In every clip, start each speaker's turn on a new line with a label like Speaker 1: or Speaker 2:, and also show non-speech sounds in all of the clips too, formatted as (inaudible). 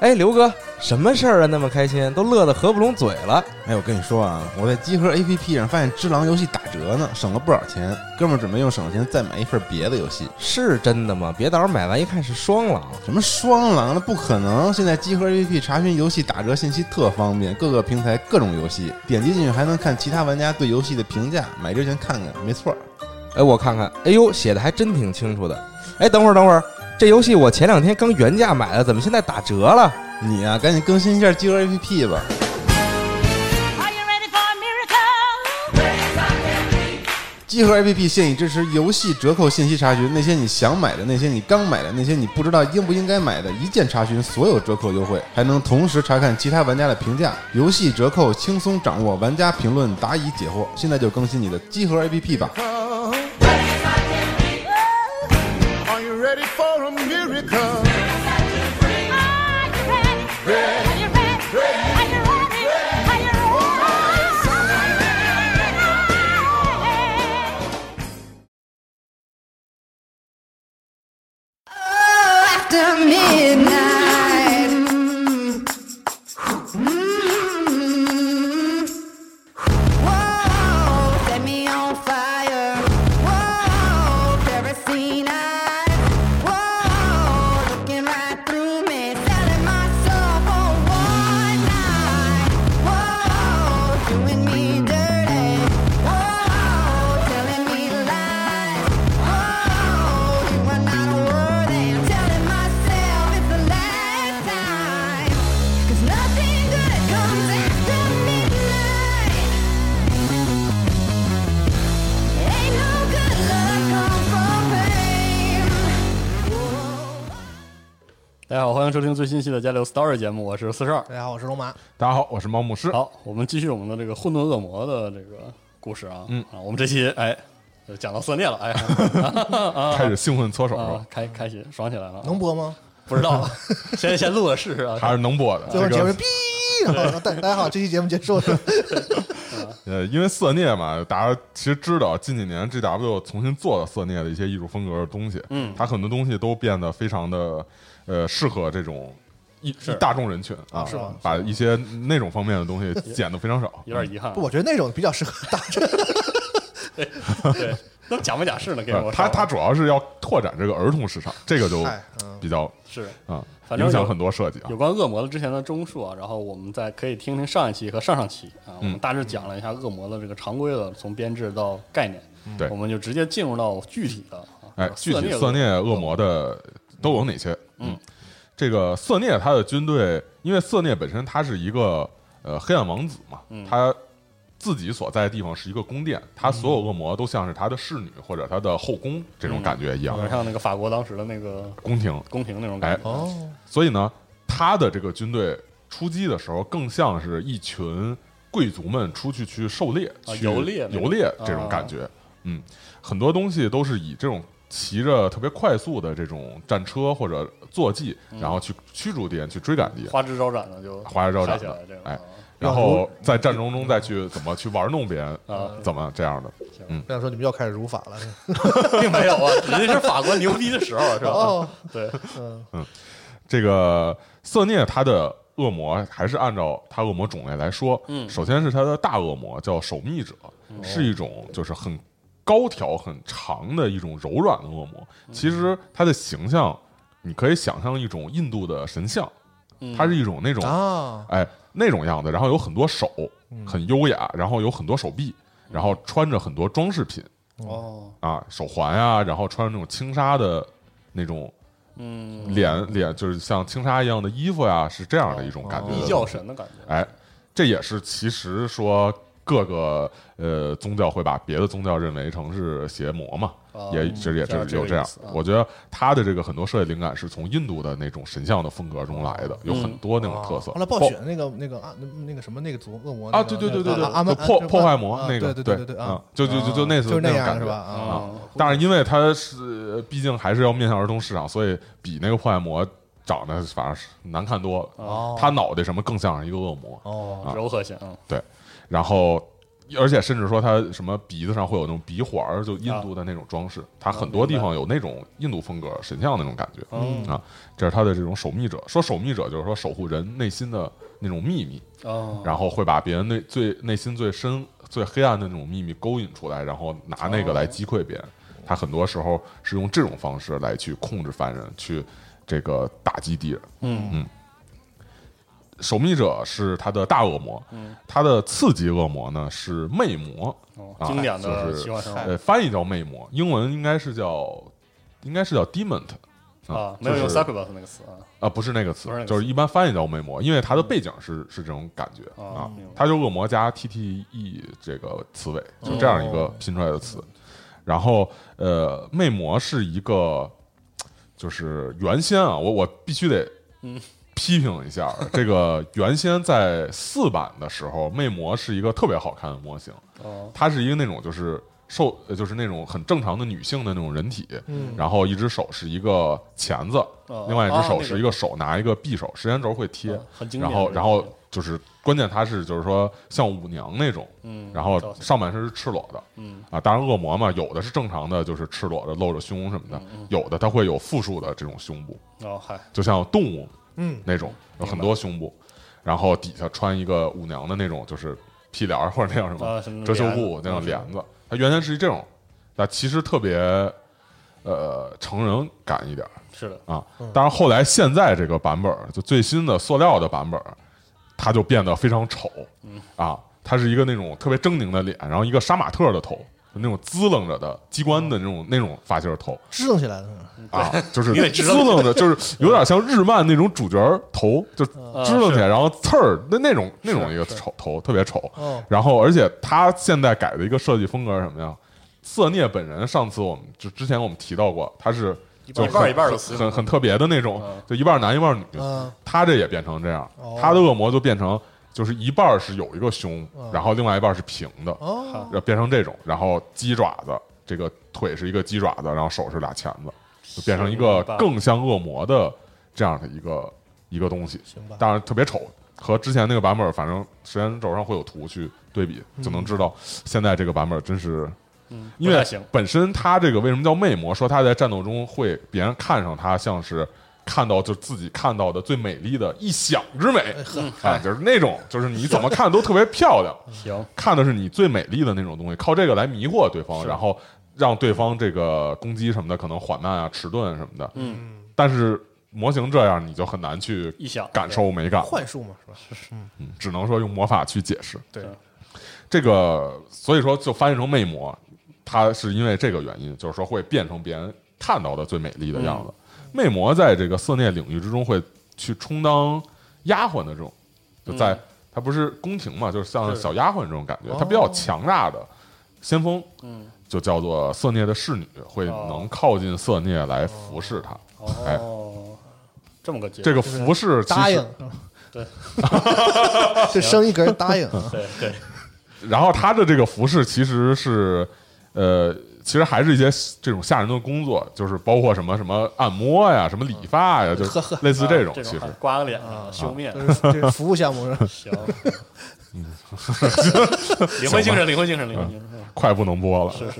Speaker 1: 哎，刘哥，什么事儿啊？那么开心，都乐得合不拢嘴了。
Speaker 2: 哎，我跟你说啊，我在集合 APP 上发现《只狼》游戏打折呢，省了不少钱。哥们儿准备用省的钱再买一份别的游戏。
Speaker 1: 是真的吗？别到时候买完一看是双狼，
Speaker 2: 什么双狼？那不可能！现在集合 APP 查询游戏打折信息特方便，各个平台各种游戏，点击进去还能看其他玩家对游戏的评价。买之前看看，没错儿。
Speaker 1: 哎，我看看，哎呦，写的还真挺清楚的。哎，等会儿，等会儿，这游戏我前两天刚原价买的，怎么现在打折了？
Speaker 2: 你呀、赶紧更新一下集合 APP 吧。
Speaker 3: Are you ready for a miracle?
Speaker 2: 集合 APP 现已支持游戏折扣信息查询，那些你想买的，那些你刚买的，那些你不知道应不应该买的，一键查询所有折扣优惠，还能同时查看其他玩家的评价，游戏折扣轻松掌握，玩家评论答疑解惑。现在就更新你的集合 APP 吧。
Speaker 4: Are you ready for a miracle?
Speaker 3: Are you ready? Are you ready? Are you ready? Are you ready?
Speaker 5: after midnight. 'Cause nothing good comes after midnight. Ain't no good luck come from pain.
Speaker 6: 大家好，欢迎收听最新一期的《加流 Story》节目，我是四十二。
Speaker 7: 大家好，我是龙马。
Speaker 1: 大家好，我是猫牧
Speaker 7: 啊
Speaker 1: 师。
Speaker 6: 好，我们继续我们的这个混沌恶魔的这个故事啊。
Speaker 1: 嗯
Speaker 6: 啊，我们这期哎呃讲到色孽了，
Speaker 7: (laughs)
Speaker 6: 哎，
Speaker 8: 开始兴奋搓手，
Speaker 6: 啊开开心爽起来了啊，
Speaker 7: 能播吗？
Speaker 6: 不知
Speaker 7: (laughs)
Speaker 6: 道，先先录了试试啊。
Speaker 8: 还是能播的。
Speaker 7: 最后
Speaker 8: 这
Speaker 7: 结尾
Speaker 8: 个
Speaker 7: 哔，
Speaker 8: (laughs)
Speaker 7: 然后大大家好，这期节目结束了。
Speaker 8: 呃，因为色孽嘛，大家其实知道近几年 G W 重新做了色孽的一些艺术风格的东西，
Speaker 6: 嗯
Speaker 8: 它很多东西都变得非常的呃适合这种一
Speaker 6: 是
Speaker 8: 一大众人群啊，
Speaker 6: 是吗
Speaker 8: 把一些那种方面的东西减的非常少。
Speaker 6: 有点遗憾啊，
Speaker 7: 不我觉得那种比较适合大众。
Speaker 6: (laughs) 对，那么假不假是呢？给
Speaker 8: 呃
Speaker 6: 我
Speaker 8: 它
Speaker 6: 上
Speaker 8: 它主要是要拓展这个儿童市场，这个就
Speaker 7: 嗨嗯
Speaker 8: 比较
Speaker 6: 是
Speaker 8: 啊、
Speaker 6: 反正
Speaker 8: 影响
Speaker 6: 有
Speaker 8: 很多设计啊
Speaker 6: 有。关恶魔的之前的综述啊，然后我们再可以听听上一期和上上期啊，
Speaker 8: 嗯
Speaker 6: 我们大致讲了一下恶魔的这个常规的从编制到概念，
Speaker 8: 对
Speaker 6: 我们就直接进入到具体的啊，
Speaker 8: 嗯哎，具体
Speaker 6: 色
Speaker 8: 色
Speaker 6: 孽
Speaker 8: 孽恶魔的都有哪些？
Speaker 6: 嗯，
Speaker 8: 这个色孽他的军队，因为色孽本身他是一个呃黑暗王子嘛，他自己所在的地方是一个宫殿，他所有恶魔都像是他的侍女或者他的后宫这种感觉一
Speaker 6: 有
Speaker 8: 样，
Speaker 6: 点像那个法国当时的那个
Speaker 8: 宫廷。
Speaker 6: 宫廷那种感
Speaker 8: 哎
Speaker 6: 觉，，
Speaker 7: 哦，
Speaker 8: 所以呢，他的这个军队出击的时候，更像是一群贵族们出去去狩猎、
Speaker 6: 啊
Speaker 8: 去
Speaker 6: 游猎那种啊
Speaker 8: 游猎这种感觉。嗯，很多东西都是以这种骑着特别快速的这种战车或者坐骑，然后去驱逐敌人、去追赶敌人，
Speaker 6: 嗯花枝招展的就
Speaker 8: 花枝招展
Speaker 6: 嗨起来这
Speaker 8: 的
Speaker 6: 个，
Speaker 8: 哎
Speaker 6: 啊，
Speaker 8: 然后在战争中再去怎么去玩弄别人
Speaker 6: 啊，
Speaker 8: 怎么这样的。
Speaker 7: 我想说你们又开始如法了。
Speaker 6: 并没有啊，人家是法国牛逼的时候是
Speaker 8: (laughs)
Speaker 6: 吧？
Speaker 7: 哦，
Speaker 6: 对，
Speaker 7: 嗯，
Speaker 8: 这个色涅他的恶魔还是按照他恶魔种类来说，
Speaker 6: 嗯
Speaker 8: 首先是他的大恶魔叫守密者，是一种就是很高挑、很长的一种柔软的恶魔。其实它的形象，你可以想象一种印度的神像，
Speaker 6: 嗯
Speaker 8: 它是一种那种
Speaker 7: 啊，
Speaker 8: 哎那种样子，然后有很多手，很优雅，然后有很多手臂，然后穿着很多装饰品
Speaker 6: 哦，
Speaker 8: 啊，手环啊，然后穿着那种轻纱的那种
Speaker 6: 嗯，
Speaker 8: 脸脸就是像轻纱一样的衣服呀、是这样的一种感觉
Speaker 6: 异
Speaker 8: 的。
Speaker 6: 教神的感觉，
Speaker 8: 哎，这也是其实说各个呃宗教会把别的宗教认为成是邪魔嘛，
Speaker 6: 哦
Speaker 8: 也这也
Speaker 6: 这样
Speaker 8: 是有
Speaker 6: 这个
Speaker 8: 这
Speaker 6: 意
Speaker 8: 样
Speaker 6: 思啊。
Speaker 8: 我觉得他的这个很多设计灵感是从印度的那种神像的风格中来的，有
Speaker 6: 嗯
Speaker 8: 很多那种特
Speaker 6: 哦
Speaker 8: 色。
Speaker 7: 后来暴
Speaker 8: 包
Speaker 7: 雪那个那个啊那那个什么那个族恶魔
Speaker 8: 啊，
Speaker 7: 那个
Speaker 8: 对对对对
Speaker 7: 啊阿
Speaker 8: 对，
Speaker 7: 曼
Speaker 8: 就破
Speaker 7: 啊
Speaker 8: 破坏魔
Speaker 7: 啊
Speaker 8: 那个，
Speaker 7: 对对对
Speaker 8: 嗯
Speaker 7: 啊，，
Speaker 8: 就就就就那次
Speaker 7: 就是
Speaker 8: 那
Speaker 7: 那
Speaker 8: 种
Speaker 7: 样
Speaker 8: 感
Speaker 7: 是
Speaker 8: 觉
Speaker 7: 吧？。啊，
Speaker 6: 嗯
Speaker 8: 但是因为它是呃毕竟还是要面向儿童市场，所以比那个破坏魔长得反正是难看多了。
Speaker 6: 哦
Speaker 8: 他脑袋什么更像是一个恶魔，啊
Speaker 6: 哦，柔和型，嗯
Speaker 8: 对，然后而且甚至说它什么鼻子上会有那种鼻环儿，就印度的那种装饰，它很多地方有那种印度风格神像那种感觉、
Speaker 6: 嗯
Speaker 8: 啊。这是它的这种守密者，说守密者就是说守护人内心的那种秘密，
Speaker 6: 哦，
Speaker 8: 然后会把别人内最内心最深、最黑暗的那种秘密勾引出来，然后拿那个来击溃别人。他很多时候是用这种方式来去控制凡人，去这个打击敌人。
Speaker 6: 嗯
Speaker 8: 守密者是他的大恶魔，他的次级恶魔呢是魅魔，
Speaker 6: 哦
Speaker 8: 啊
Speaker 6: 经典
Speaker 8: 就
Speaker 6: 的
Speaker 8: 是
Speaker 6: 奇幻神话
Speaker 8: 呃，翻译叫魅魔，英文应该是叫应该是叫 demon
Speaker 6: 啊，没有用
Speaker 8: 就是
Speaker 6: succubus 那个词啊，
Speaker 8: 啊，不是那个词
Speaker 6: 不是那，个词
Speaker 8: 就是一般翻译叫魅魔，因为它的背景是是这种感觉
Speaker 6: 哦
Speaker 8: 啊
Speaker 6: 明白，
Speaker 8: 它就恶魔加 T T E 这个词尾，
Speaker 6: 嗯
Speaker 8: 就这样一个拼出来的词。然后呃，魅魔是一个，就是原先啊，我我必须得
Speaker 6: 嗯
Speaker 8: 批评一下这个原先在四版的时候，魅魔是一个特别好看的模型，
Speaker 6: 哦，
Speaker 8: 它是一个那种就是瘦，呃就是那种很正常的女性的那种人体，然后一只手是一个钳子，
Speaker 6: 嗯哦
Speaker 8: 另外一只手
Speaker 6: 哦
Speaker 8: 是一个手拿一个匕手，时间轴会贴，
Speaker 6: 哦很经典
Speaker 8: 然后
Speaker 6: 这个
Speaker 8: 然后就是关键它是就是说像舞娘那种，
Speaker 6: 嗯
Speaker 8: 然后
Speaker 6: 造型
Speaker 8: 上半身是赤裸的，
Speaker 6: 嗯
Speaker 8: 啊，当然恶魔嘛，有的是正常的，就是赤裸的露着胸什么
Speaker 6: 嗯
Speaker 8: 的，有的它会有复数的这种胸部，
Speaker 6: 哦嗨，
Speaker 8: 就像动物
Speaker 7: 嗯，
Speaker 8: 那种，有很多胸部，然后底下穿一个舞娘的那种，就是屁帘儿或者那叫什
Speaker 6: 啊什么
Speaker 8: 么遮羞布
Speaker 6: 帘子
Speaker 8: 那种帘子。它原先是一这种，那其实特别呃成人感一点儿
Speaker 6: 是的，
Speaker 8: 啊。当然后来现在这个版本儿，就最新的塑料的版本儿，它就变得非常丑
Speaker 6: 嗯
Speaker 8: 啊，它是一个那种特别狰狞的脸，然后一个杀马特的头。就那种滋楞着的机关的那种那种发型儿头，
Speaker 7: 支棱起来的。
Speaker 8: 啊， (laughs) 就是
Speaker 6: 你得
Speaker 8: 支
Speaker 6: 支
Speaker 8: 棱着，就是有点像日漫那种主角头，就支棱起来，然后刺儿那那种那种一个丑头，特别丑
Speaker 7: 哦。
Speaker 8: 然后，而且他现在改的一个设计风格是什么呀？色涅本人上次我们就之前我们提到过，他是就
Speaker 6: 一半
Speaker 8: 很
Speaker 6: 一半的
Speaker 8: 很
Speaker 6: 死
Speaker 8: 很很特别的那种，就一半男一半女
Speaker 7: 嗯。
Speaker 8: 他这也变成这样，他的恶魔就变成就是一半是有一个胸，然后另外一半是平的，
Speaker 7: 嗯哦，
Speaker 8: 然后变成这种，然后鸡爪子，这个腿是一个鸡爪子，然后手是俩钳子，就变成一个
Speaker 6: 行吧
Speaker 8: 更像恶魔的这样的一个一个东西
Speaker 7: 吧，
Speaker 8: 当然特别丑，和之前那个版本，反正时间轴上会有图去对比，就能知道现在这个版本真是。因
Speaker 6: 嗯不
Speaker 8: 为
Speaker 6: 太行
Speaker 8: 本身他这个为什么叫魅魔？说他在战斗中会别人看上他，像是看到就自己看到的最美丽的一想之美啊，就是那种，就是你怎么看都特别漂亮。
Speaker 6: 行，
Speaker 8: 看的是你最美丽的那种东西，靠这个来迷惑对方，
Speaker 6: 是
Speaker 8: 然后让对方这个攻击什么的可能缓慢啊、迟钝什么的。
Speaker 6: 嗯，
Speaker 8: 但是模型这样，你就很难去
Speaker 6: 臆想
Speaker 8: 感受美感，
Speaker 7: 幻术嘛，是吧？
Speaker 8: 嗯只能说用魔法去解释。
Speaker 6: 对，
Speaker 8: 这个所以说就翻译成魅魔，它是因为这个原因，就是说会变成别人看到的最美丽的样子。
Speaker 6: 嗯
Speaker 8: 魅魔在这个色涅领域之中会去充当丫鬟的这种，就在、
Speaker 6: 嗯
Speaker 8: 它不是宫廷嘛，就是像小丫鬟这种感觉，它比较强大的先锋，
Speaker 6: 哦嗯，
Speaker 8: 就叫做色涅的侍女，会
Speaker 6: 哦
Speaker 8: 能靠近色涅来服侍他。哎，
Speaker 6: 哦，这么个结
Speaker 8: 这
Speaker 6: 构，
Speaker 8: 个服侍其实
Speaker 7: 答应， (laughs)
Speaker 8: (laughs)
Speaker 6: 对，
Speaker 7: 这生一个人答应啊，
Speaker 8: 嗯
Speaker 6: 对对，
Speaker 8: 然后他的这个服饰其实是，呃，其实还是一些这种吓人的工作，就是包括什么什么按摩呀、什么理发呀， (laughs) 就是类似啊这种。
Speaker 6: 啊这
Speaker 8: 其实
Speaker 6: 种刮个脸啊，修面，
Speaker 7: 这是这是服务项目是吧？
Speaker 8: (laughs)
Speaker 6: 行，灵魂精神，灵魂精神，灵魂精神，
Speaker 8: 快不能播了。 (laughs)
Speaker 6: 是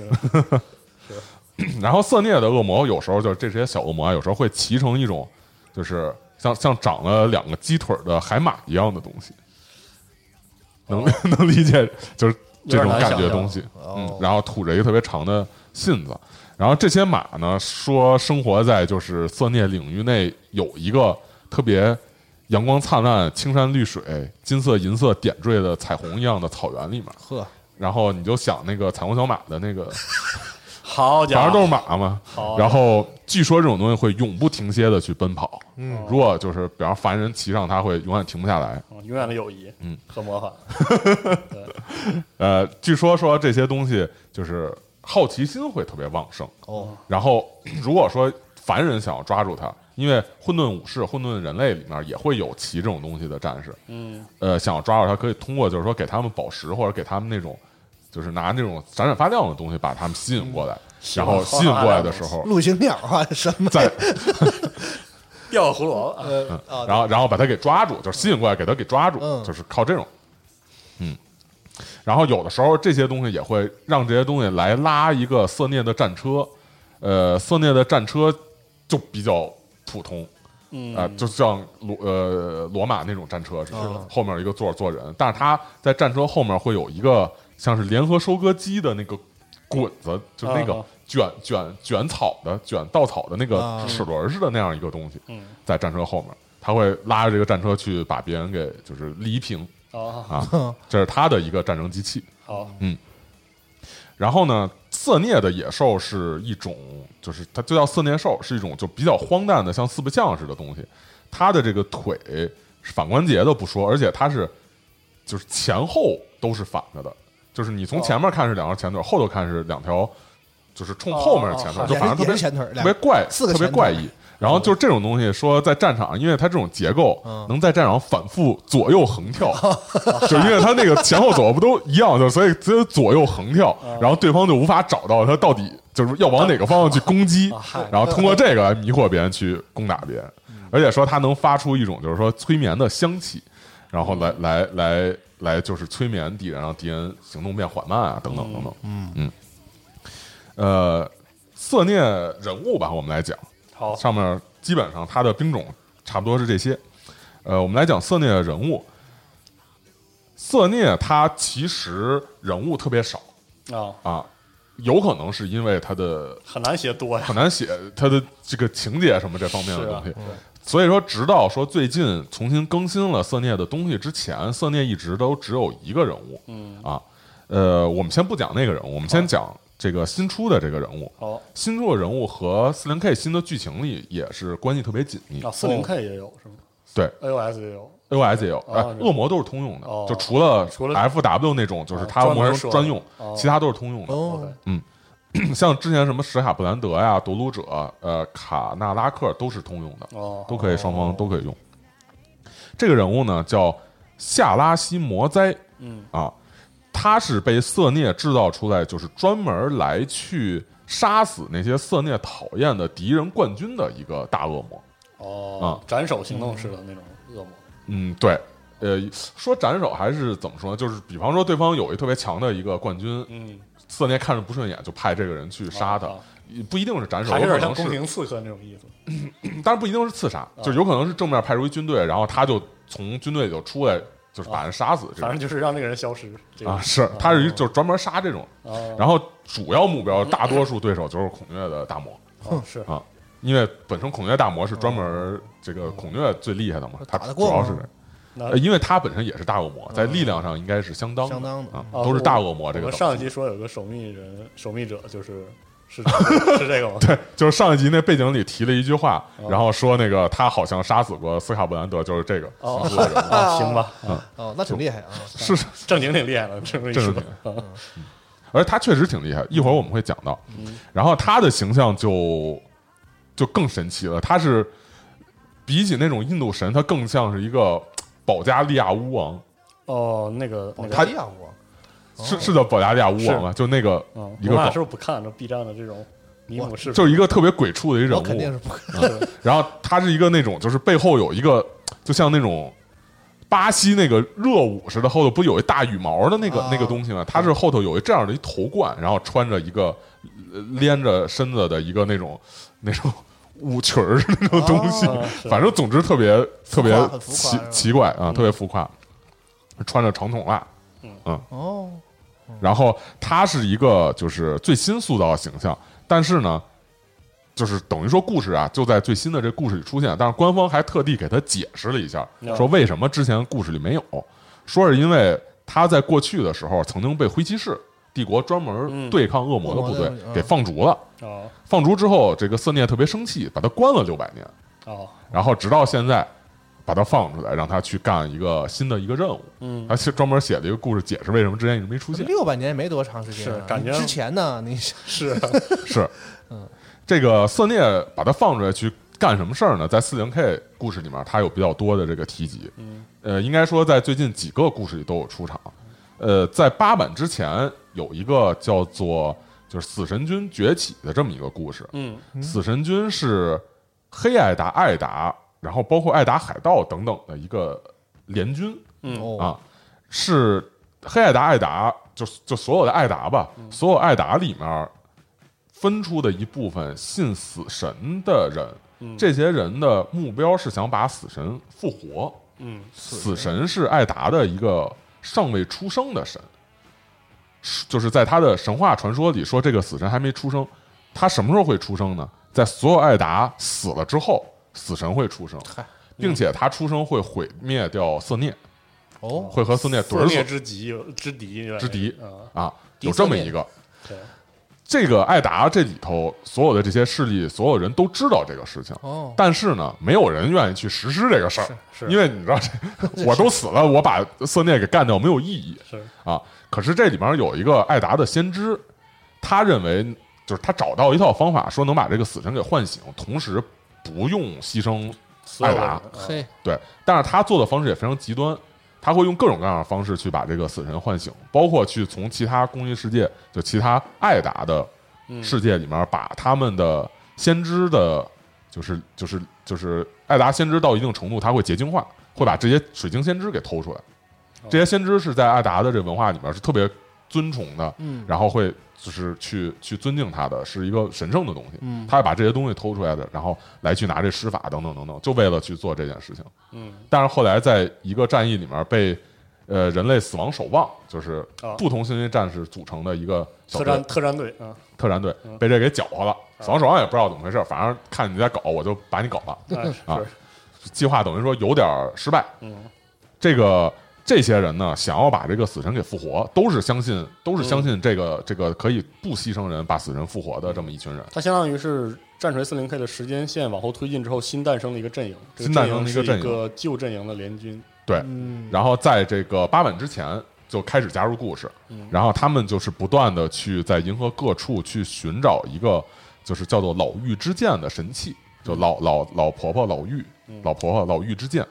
Speaker 6: 是，
Speaker 8: 然后色涅的恶魔有时候就是这些小恶魔啊，有时候会骑乘一种，就是像像长了两个鸡腿的海马一样的东西，能、 (laughs) 能理解就是这种感觉的东西。
Speaker 6: 哦
Speaker 8: 嗯，然后吐着一个特别长的信子，然后这些马呢，说生活在就是色涅领域内有一个特别阳光灿烂、青山绿水、金色银色点缀的彩虹一样的草原里面。
Speaker 7: 呵，
Speaker 8: 然后你就想那个彩虹小马的那个。
Speaker 6: 好家
Speaker 8: 反
Speaker 6: 伙，
Speaker 8: 正都是马嘛
Speaker 6: 好。
Speaker 8: 然后据说这种东西会永不停歇的去奔跑。嗯，如果就是比方凡人骑上它，会永远停不下来。
Speaker 6: 嗯永远的友谊，嗯，和魔法，
Speaker 8: 呃，据说说这些东西就是好奇心会特别旺盛。
Speaker 7: 哦，
Speaker 6: 嗯
Speaker 8: 然后如果说凡人想要抓住它，因为混沌武士、混沌人类里面也会有骑这种东西的战士。
Speaker 6: 嗯，
Speaker 8: 呃，想要抓住它，可以通过就是说给他们宝石或者给他们那种。就是拿那种闪闪发亮的东西把他们吸引过来，然后吸引过来的时候，
Speaker 7: 陆行鸟啊，什么
Speaker 8: 再
Speaker 6: 掉胡萝卜啊，
Speaker 8: 嗯
Speaker 7: 呃啊，
Speaker 8: 然后然后把他给抓住，就是吸引过来，给他给抓住，
Speaker 7: 嗯
Speaker 8: 就是靠这种，嗯。然后有的时候这些东西也会让这些东西来拉一个色涅的战车，呃，色涅的战车就比较普通，
Speaker 6: 嗯
Speaker 8: 啊、就像罗呃罗马那种战车似的，后面一个座坐人，但是它在战车后面会有一个像是联合收割机的那个滚子，就那个
Speaker 6: 啊
Speaker 8: 卷、卷卷草的卷稻草的那个
Speaker 7: 啊
Speaker 8: 齿轮似的那样一个东西，
Speaker 6: 嗯
Speaker 8: 在战车后面，它会拉着这个战车去把别人给就是犁平
Speaker 6: 哦，
Speaker 8: 啊，这是它的一个战争机器。
Speaker 6: 好，
Speaker 8: 然后呢，色涅的野兽是一种，就是它就叫色涅兽，是一种就比较荒诞的，像四不像似的东西。它的这个腿是反关节的不说，而且它是就是前后都是反着的，就是你从前面看是两条前腿，后头看是两条，就是冲后面的前
Speaker 6: 哦
Speaker 8: 腿，
Speaker 6: 哦哦
Speaker 8: 就反正特
Speaker 7: 也
Speaker 8: 别
Speaker 7: 是前腿
Speaker 8: 特
Speaker 7: 两
Speaker 8: 别怪，
Speaker 7: 四个
Speaker 8: 特别
Speaker 7: 前腿
Speaker 8: 怪异。然后就是这种东西，说在战场，因为它这种结构
Speaker 7: 嗯
Speaker 8: 能在战场反复左右横跳，就因为它那个前后左右不都一样，就所以只有左右横跳，
Speaker 7: 嗯
Speaker 8: 然后对方就无法找到它到底就是要往哪个方向去攻
Speaker 7: 哦
Speaker 8: 击，然后通过这个来迷惑别人去攻打别人，
Speaker 7: 嗯
Speaker 8: 而且说它能发出一种就是说催眠的香气，然后
Speaker 7: 嗯
Speaker 8: 来来来来就是催眠敌人，让敌人行动变缓慢啊，等等等等，嗯嗯，呃，色涅人物吧，我们来讲，
Speaker 6: 好，
Speaker 8: 上面基本上它的兵种差不多是这些。呃，我们来讲色涅的人物。色涅他其实人物特别少
Speaker 6: 啊，
Speaker 8: 啊，有可能是因为他的
Speaker 6: 很难写多呀，
Speaker 8: 很难写他的这个情节什么这方面的
Speaker 6: 是啊
Speaker 8: 东西，所以说直到说最近重新更新了色涅的东西之前，色涅一直都只有一个人物，嗯啊，呃，我们先不讲那个人物，我们先讲这个新出的这个人物，
Speaker 6: 好，
Speaker 8: 新出的人物和四零 K 新的剧情里也是关系特别紧密。哦
Speaker 6: 啊，四零 K 也有是吗
Speaker 8: 对
Speaker 6: ？AOS 也有，
Speaker 8: ，AOS 也有，哎，
Speaker 6: 哦是
Speaker 8: 恶魔都是通用的，
Speaker 6: 哦
Speaker 8: 就除了
Speaker 6: 除了
Speaker 8: FW 那种，就是它
Speaker 6: 哦专门
Speaker 8: 魔人
Speaker 6: 设的
Speaker 8: 专用，
Speaker 6: 哦
Speaker 8: 其他都是通用的。
Speaker 7: 哦
Speaker 6: OK，
Speaker 8: 像之前什么史卡布兰德呀、夺炉者、呃卡纳拉克都是通用的，
Speaker 6: 哦，
Speaker 8: 都可以双方都可以用。这个人物呢叫夏拉西摩灾，
Speaker 6: 嗯
Speaker 8: 啊，他是被色涅制造出来，就是专门来去杀死那些色涅讨厌的敌人冠军的一个大恶魔。啊
Speaker 6: 哦，斩首行动式的那种恶魔，
Speaker 8: 嗯，对，呃，说斩首还是怎么说呢？就是比方说对方有一特别强的一个冠军，
Speaker 6: 嗯，
Speaker 8: 色涅看着不顺眼，就派这个人去杀他
Speaker 6: 啊，
Speaker 8: 不一定是斩首，
Speaker 6: 还是
Speaker 8: 有
Speaker 6: 有
Speaker 8: 可
Speaker 6: 点像
Speaker 8: 能
Speaker 6: 宫
Speaker 8: 是，
Speaker 6: 廷刺客那种意思，
Speaker 8: 当然不一定是刺杀，就有可能是正面派出一军队，然后他就从军队里就出来，就是把人杀死这
Speaker 6: 反正
Speaker 8: 种。
Speaker 6: 就是让那个人消失这个
Speaker 8: 啊，是，他是一就是专门杀这种，
Speaker 6: 哦
Speaker 8: 然后主要目标大多数对手就是孔雀的大魔 (laughs)
Speaker 6: 哦是
Speaker 8: 啊，因为本身孔雀大魔是专门这个孔雀最厉害的嘛，他
Speaker 7: 打得
Speaker 8: 主
Speaker 7: 过
Speaker 8: 要
Speaker 7: 吗
Speaker 8: 是这
Speaker 6: 那
Speaker 8: 呃，因为他本身也是大恶魔，在力量上应该是相当
Speaker 7: 相当的
Speaker 8: 啊，
Speaker 6: 哦
Speaker 8: 都是大恶魔
Speaker 6: 我
Speaker 8: 这个
Speaker 6: 们
Speaker 8: 等级。
Speaker 6: 上一期说有个守密人、守密者，就是是是这个
Speaker 8: (laughs)
Speaker 6: 吗？啊
Speaker 8: 对，就是上一集那背景里提了一句话，然后说那个他好像杀死过斯卡布兰德，就是这个
Speaker 6: 哦
Speaker 8: 新出的人
Speaker 6: (laughs)
Speaker 8: 物
Speaker 6: 啊，行吧，
Speaker 7: 哦，那挺厉害啊，
Speaker 8: 是
Speaker 6: 正经挺厉害的，这么一
Speaker 8: 正
Speaker 6: 说
Speaker 8: 经挺，而他确实挺厉害，一会儿我们会讲到。然后他的形象就就更神奇了，他是比起那种印度神，他更像是一个保加利亚巫王，
Speaker 6: 哦，那个那
Speaker 7: 他
Speaker 6: 个，
Speaker 7: 利亚哎我
Speaker 8: 是是叫保加利亚巫王吧？啊就那个
Speaker 6: 嗯，
Speaker 8: 一
Speaker 6: 罗
Speaker 8: 个
Speaker 6: 马
Speaker 8: 保
Speaker 6: 是不是不看这 B 站的这种尼姆视频？
Speaker 8: 就是一个特别鬼畜的一人
Speaker 7: 我
Speaker 8: 物啊
Speaker 7: 肯，定是不可
Speaker 8: 然后他是一个那种，就是背后有一个，就像那种巴西那个热舞似的，后头不有一大羽毛的那个、
Speaker 7: 啊
Speaker 8: 那个东西吗？他是后头有一这样的一头冠，然后穿着一个呃连着身子的一个那种那种 (laughs) 舞裙儿那种东西，
Speaker 6: 啊是
Speaker 8: 反正总之特别特别
Speaker 7: 哦浮夸很浮夸是
Speaker 8: 奇
Speaker 7: 吧嗯
Speaker 8: 奇怪啊，特别浮夸，穿着长筒袜。
Speaker 7: (laughs) 哦，
Speaker 8: 嗯然后他是一个就是最新塑造的形象，但是呢，就是等于说故事啊就在最新的这故事里出现，但是官方还特地给他解释了一下，
Speaker 6: 嗯
Speaker 8: 说为什么之前故事里没有，说是因为他在过去的时候曾经被灰骑士帝国专门
Speaker 6: 嗯
Speaker 8: 对抗恶魔的部
Speaker 7: 恶魔
Speaker 8: 队
Speaker 7: 的嗯
Speaker 8: 给放逐了，
Speaker 6: 哦
Speaker 8: 放逐之后，这个色涅特别生气，把他关了六百年，
Speaker 6: 哦，
Speaker 8: 然后直到现在。把他放出来，让他去干一个新的一个任务。
Speaker 6: 嗯
Speaker 8: 而且专门写了一个故事，解释为什么之前一直没出现。
Speaker 7: 六百年也没多长时间啊，
Speaker 6: 是感觉
Speaker 7: 你之前呢，你
Speaker 8: (laughs)
Speaker 6: 是
Speaker 8: 是，这个色涅把它放出来去干什么事儿呢？在四零 K 故事里面，它有比较多的这个提及，呃，应该说在最近几个故事里都有出场。呃，在八版之前有一个叫做就是死神军崛起的这么一个故事，
Speaker 6: 嗯，
Speaker 8: 死神军是黑艾达、艾达，然后包括艾达海盗等等的一个联军，
Speaker 6: 嗯
Speaker 7: 哦
Speaker 8: 啊，是黑艾达、艾达，就就所有的艾达吧，所有艾达里面分出的一部分信死神的人，这些人的目标是想把死神复活。
Speaker 6: 嗯，
Speaker 8: 死神是艾达的一个尚未出生的神，是就是在他的神话传说里说，这个死神还没出生，他什么时候会出生呢？在所有艾达死了之后，死神会出生，并且他出生会毁灭掉色涅，
Speaker 7: 哦，
Speaker 8: 会和色涅
Speaker 6: 夺
Speaker 8: 怼
Speaker 6: 灭
Speaker 8: 死
Speaker 6: 之敌之敌
Speaker 8: 之敌
Speaker 6: 啊，
Speaker 8: 啊，
Speaker 7: 敌
Speaker 8: 有这
Speaker 7: 色
Speaker 8: 么
Speaker 7: 涅
Speaker 8: 一个。
Speaker 6: 对，
Speaker 8: 这个艾达这里头所有的这些势力，所有人都知道这个事情，
Speaker 7: 哦
Speaker 8: 但是呢，没有人愿意去实施这个事儿，
Speaker 6: 是
Speaker 8: 因为你知道
Speaker 6: (laughs)
Speaker 8: 这，我都死了，我把色涅给干掉没有意义
Speaker 6: 是
Speaker 8: 啊。可是这里面有一个艾达的先知，他认为就是他找到一套方法，说能把这个死神给唤醒，同时不用牺牲
Speaker 6: 所
Speaker 8: 艾
Speaker 6: 有的
Speaker 8: 达，
Speaker 6: 人啊
Speaker 7: 嘿，
Speaker 8: 对，但是他做的方式也非常极端，他会用各种各样的方式去把这个死神唤醒，包括去从其他公益世界，就其他艾达的
Speaker 7: 嗯
Speaker 6: 啊
Speaker 8: 世界里面，把他们的先知的，就是就是就是艾达先知到一定程度，他会结晶化，会把这些水晶先知给偷出来。
Speaker 7: 哦
Speaker 8: 这些先知是在艾达的这文化里面是特别尊崇的，
Speaker 7: 嗯
Speaker 8: 然后会就是去去尊敬他的，是一个神圣的东西。
Speaker 7: 嗯
Speaker 8: 他会把这些东西偷出来的，然后来去拿这施法等等等等，就为了去做这件事情。
Speaker 6: 嗯，
Speaker 8: 但是后来在一个战役里面被呃人类死亡守望，就是
Speaker 6: 啊
Speaker 8: 不同星际战士组成的一个小
Speaker 6: 特
Speaker 8: 队
Speaker 6: 战特啊战队
Speaker 8: (laughs)
Speaker 6: 啊，
Speaker 8: 特战队被这给搅和了。死亡守望也不知道怎么回事，反正看你在搞，我就把你搞了。
Speaker 6: 哎
Speaker 8: 啊
Speaker 6: 是
Speaker 8: 计划等于说有点儿失败。嗯，这个这些人呢，想要把这个死神给复活，都是相信，都是
Speaker 6: 嗯
Speaker 8: 相信这个、这个可以不牺牲人把死神复活的这么一群人。
Speaker 6: 它相当于是战锤四零 K 的时间线往后推进之后新诞生的一个阵营，这个
Speaker 8: 新诞生的一
Speaker 6: 是
Speaker 8: 个
Speaker 6: 一
Speaker 8: 阵营
Speaker 6: 个旧阵营的联军，
Speaker 8: 对，
Speaker 7: 嗯，
Speaker 8: 然后在这个八晚之前就开始加入故事，然后他们就是不断的去在银河各处去寻找一个就是叫做老妪之剑的神器，就老老老婆婆老妪，老婆婆老妪之剑，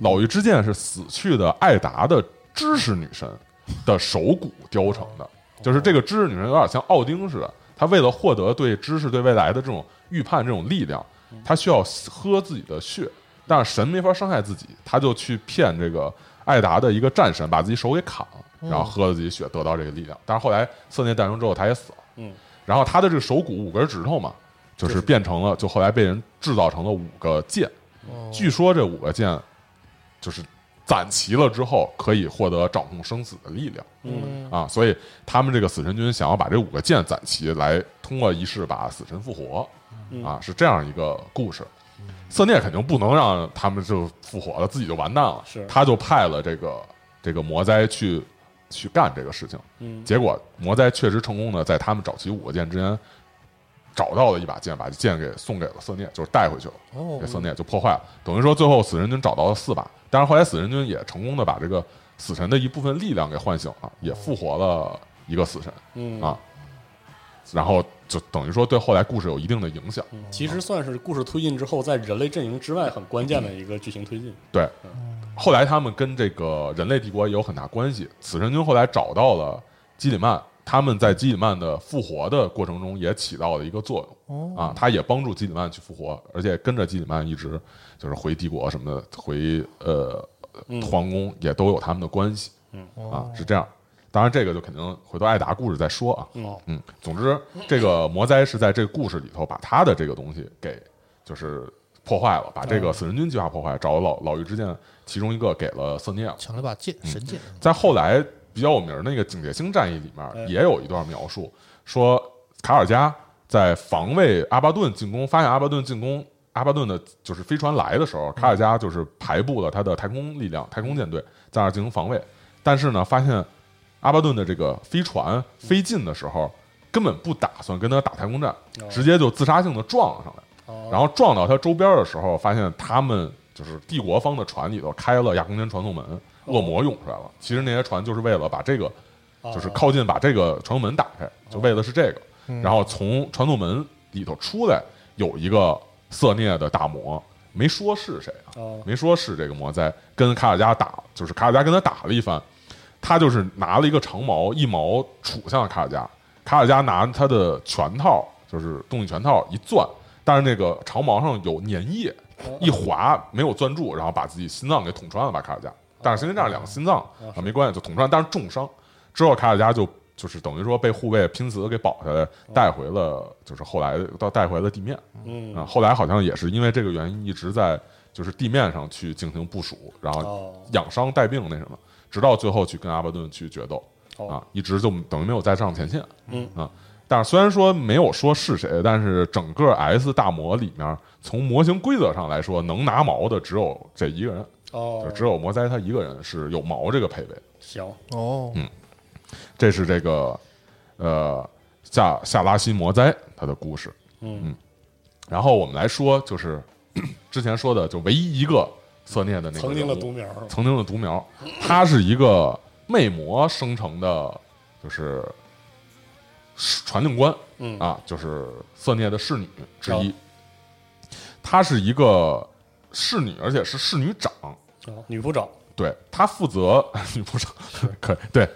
Speaker 8: 老妪之剑是死去的艾达的知识女神的手骨雕成的，就是这个知识女神有点像奥丁似的，她为了获得对知识、对未来的这种预判、这种力量，她需要喝自己的血，但是神没法伤害自己，他就去骗这个艾达的一个战神，把自己手给砍了，然后喝了自己血得到这个力量。但是后来色涅诞生之后，他也死了。
Speaker 6: 嗯，
Speaker 8: 然后他的这个手骨五根指头嘛，就是变成了，就后来被人制造成了五个剑。据说这五个剑就是攒齐了之后，可以获得掌控生死的力量。
Speaker 6: 嗯
Speaker 8: 啊，所以他们这个死神军想要把这五个剑攒齐，来通过仪式把死神复活，
Speaker 6: 嗯
Speaker 8: 啊，是这样一个故事。色涅肯定不能让他们就复活了，自己就完蛋了，
Speaker 6: 是
Speaker 8: 他就派了这个这个魔灾去去干这个事情。
Speaker 6: 嗯
Speaker 8: 结果魔灾确实成功的在他们找齐五个剑之间找到了一把剑，把剑给送给了色涅，就是带回去了。
Speaker 7: 哦
Speaker 8: 这，色涅就破坏了，等于说最后死神军找到了四把，但是后来死神军也成功的把这个死神的一部分力量给唤醒了，也复活了一个死神，
Speaker 6: 嗯
Speaker 8: 啊然后就等于说对后来故事有一定的影响。
Speaker 6: 嗯其实算是故事推进之后，在人类阵营之外很关键的一个剧情推进。
Speaker 8: 对，后来他们跟这个人类帝国也有很大关系。死神军后来找到了基里曼，他们在基里曼的复活的过程中也起到了一个作用、啊，他也帮助基里曼去复活，而且跟着基里曼一直就是回帝国什么的，回呃皇宫也都有他们的关系。嗯啊，是这样。当然，这个就肯定回头艾达故事再说啊。
Speaker 6: 嗯
Speaker 8: 嗯，总之，这个魔灾是在这个故事里头把他的这个东西给就是破坏了，把这个死神军计划破坏，找老老妪之剑其中一个给了色涅尔。
Speaker 7: 抢了把剑，
Speaker 8: 嗯
Speaker 7: 神剑，啊
Speaker 8: 在后来比较有名儿那个警戒星战役里面，也有一段描述，说卡尔加在防卫阿巴顿进攻，发现阿巴顿进攻阿巴顿的就是飞船来的时候，卡尔加就是排布了他的太空力量、太空舰队在那儿进行防卫，但是呢，发现阿巴顿的这个飞船飞进的时候，根本不打算跟他打太空战，直接就自杀性的撞了上来。然后撞到他周边的时候，发现他们就是帝国方的船里头开了亚空间传送门，恶魔涌出来了。其实那些船就是为了把这个，
Speaker 6: 嗯啊
Speaker 8: 就是靠近把这个传送门打开，就为的是这个。然后从传送门里头出来有一个色涅的大魔，没说是谁啊，
Speaker 6: 哦
Speaker 8: 没说是这个魔灾，跟卡尔加打，就是卡尔加跟他打了一番，他就是拿了一个长矛，一矛杵向了卡尔加。卡尔加拿他的拳套，就是动力拳套一攥，但是那个长矛上有粘液，一划没有攥住，然后把自己心脏给捅穿了吧，卡尔加。但是神剑战两个心脏啊没关系，就统帅，但是重伤之后，卡卡加就就是等于说被护卫拼死给保下来，带回了就是后来到带回了地面，
Speaker 6: 嗯
Speaker 8: 啊，后来好像也是因为这个原因一直在就是地面上去进行部署，然后
Speaker 6: 哦
Speaker 8: 养伤带病那什么，直到最后去跟阿巴顿去决斗
Speaker 6: 哦
Speaker 8: 啊，一直就等于没有再上前线，
Speaker 6: 嗯
Speaker 8: 啊。但是虽然说没有说是谁，但是整个 S 大魔里面，从模型规则上来说，能拿毛的只有这一个人，就
Speaker 6: 哦，
Speaker 8: 只有魔灾他一个人是有毛这个配备。
Speaker 6: 行，
Speaker 8: 嗯
Speaker 7: 哦，
Speaker 8: 这是这个呃夏夏拉西魔灾他的故事。
Speaker 6: 嗯
Speaker 8: 然后我们来说，就是 (clears throat) 之前说的，就唯一一个色涅的那个
Speaker 6: 曾经的
Speaker 8: 人物啊
Speaker 6: 独苗儿，
Speaker 8: 曾经的独苗，他是一个魅魔生成的，就是传令官，
Speaker 6: 嗯
Speaker 8: 啊，就是色涅的侍女之一
Speaker 6: 哦。
Speaker 8: 她是一个侍女，而且是侍女长，
Speaker 6: 哦女部长，
Speaker 8: 对她负责 (laughs) 女部长，可以对，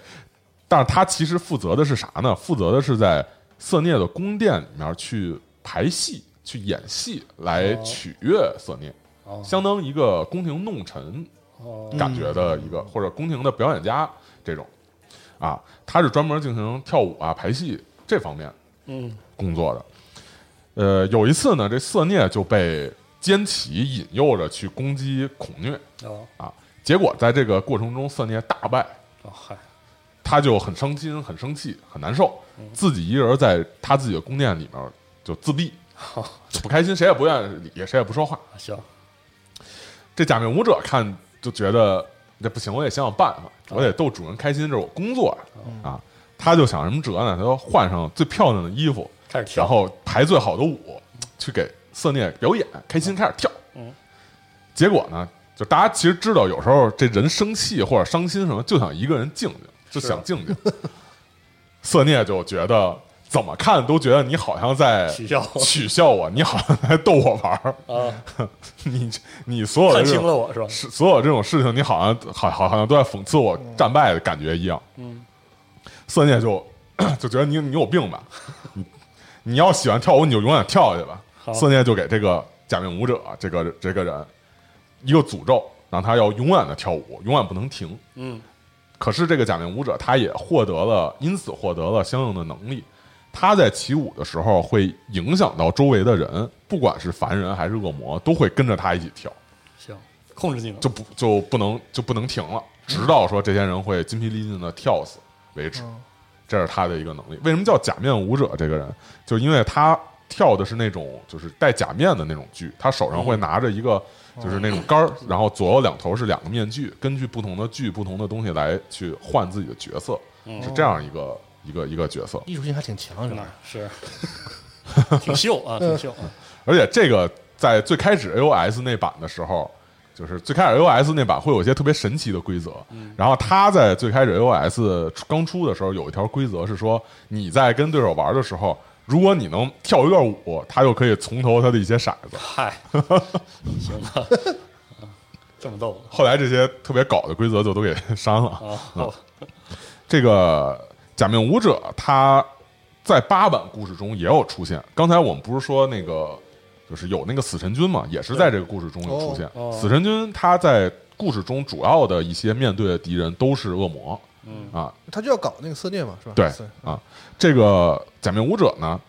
Speaker 8: 但是她其实负责的是啥呢？负责的是在色涅的宫殿里面去排戏、去演戏，来取悦色涅，
Speaker 6: 哦
Speaker 8: 相当于一个宫廷弄臣
Speaker 6: 哦
Speaker 8: 感觉的一个，或者宫廷的表演家这种，啊，他是专门进行跳舞啊、排戏这方面
Speaker 6: 嗯
Speaker 8: 工作的。呃，有一次呢，这色涅就被奸奇引诱着去攻击孔虐
Speaker 6: 哦
Speaker 8: 啊，结果在这个过程中，色涅大败，
Speaker 6: 哦嗨，
Speaker 8: 他就很伤心、很生气、很难受，自己一个人在他自己的宫殿里面就自闭，
Speaker 6: 好
Speaker 8: 就不开心，谁也不愿意理，谁也不说话。
Speaker 6: 行，
Speaker 8: 这假面舞者看就觉得这不行，我得想想办法，我得逗主人开心，这是我工作呀啊。他就想什么辙呢？他就换上最漂亮的衣服，
Speaker 6: 开始跳
Speaker 8: 然后排最好的舞，去给色涅表演，开心开始跳。
Speaker 6: 嗯，
Speaker 8: 结果呢，就大家其实知道，有时候这人生气或者伤心什么，就想一个人静静，就是想静静。色涅就觉得怎么看都觉得你好像在
Speaker 6: 取笑我
Speaker 8: (laughs) 取笑我，你好像在逗我玩儿， (laughs)
Speaker 6: 啊，
Speaker 8: 你你所有的
Speaker 6: 看
Speaker 8: 这
Speaker 6: 清
Speaker 8: 种
Speaker 6: 了我是吧？
Speaker 8: 是所有这种事情，你好像好好好像都在讽刺我战败的感觉一样。
Speaker 6: 嗯，
Speaker 8: 色涅就 (coughs) 就觉得你你有病吧，你你要喜欢跳舞你就永远跳下去吧。
Speaker 6: 好
Speaker 8: 色涅就给这个假面舞者啊这个这个人一个诅咒，让他要永远的跳舞，永远不能停。
Speaker 6: 嗯，
Speaker 8: 可是这个假面舞者他也获得了，因此获得了相应的能力。他在起舞的时候会影响到周围的人，不管是凡人还是恶魔，都会跟着他一起跳。
Speaker 6: 行，控制技能
Speaker 8: 就不就不能就不能停了，直到说这些人会筋疲力尽的跳死为止。这是他的一个能力。为什么叫假面舞者？这个人就因为他跳的是那种就是戴假面的那种剧，他手上会拿着一个就是那种杆儿，然后左右两头是两个面具，根据不同的剧、不同的东西来去换自己的角色，是这样一个一个一个角色。
Speaker 7: 艺术性还挺强，是吧？
Speaker 8: (laughs)
Speaker 6: 是挺秀啊，挺秀啊，
Speaker 8: 而且这个在最开始 AOS 那版的时候，就是最开始 AOS 那版会有一些特别神奇的规则。然后它在最开始 AOS 刚出的时候，有一条规则是说，你在跟对手玩的时候，如果你能跳一段舞，他就可以从头他的一些骰子。
Speaker 6: 嗨，行
Speaker 8: (laughs)
Speaker 6: 吧，这么逗
Speaker 8: 后来这些特别搞的规则就都给删了。
Speaker 6: 啊，好
Speaker 8: 这个假面舞者他在八版故事中也有出现。刚才我们不是说那个就是有那个死神君嘛，也是在这个故事中有出现。
Speaker 6: 哦哦
Speaker 8: 死神君他在故事中主要的一些面对的敌人都是恶魔，
Speaker 6: 嗯
Speaker 8: 啊，
Speaker 7: 他就要搞那个色虐嘛，是吧？
Speaker 8: 对
Speaker 7: 色
Speaker 8: 啊，这个假面舞者呢，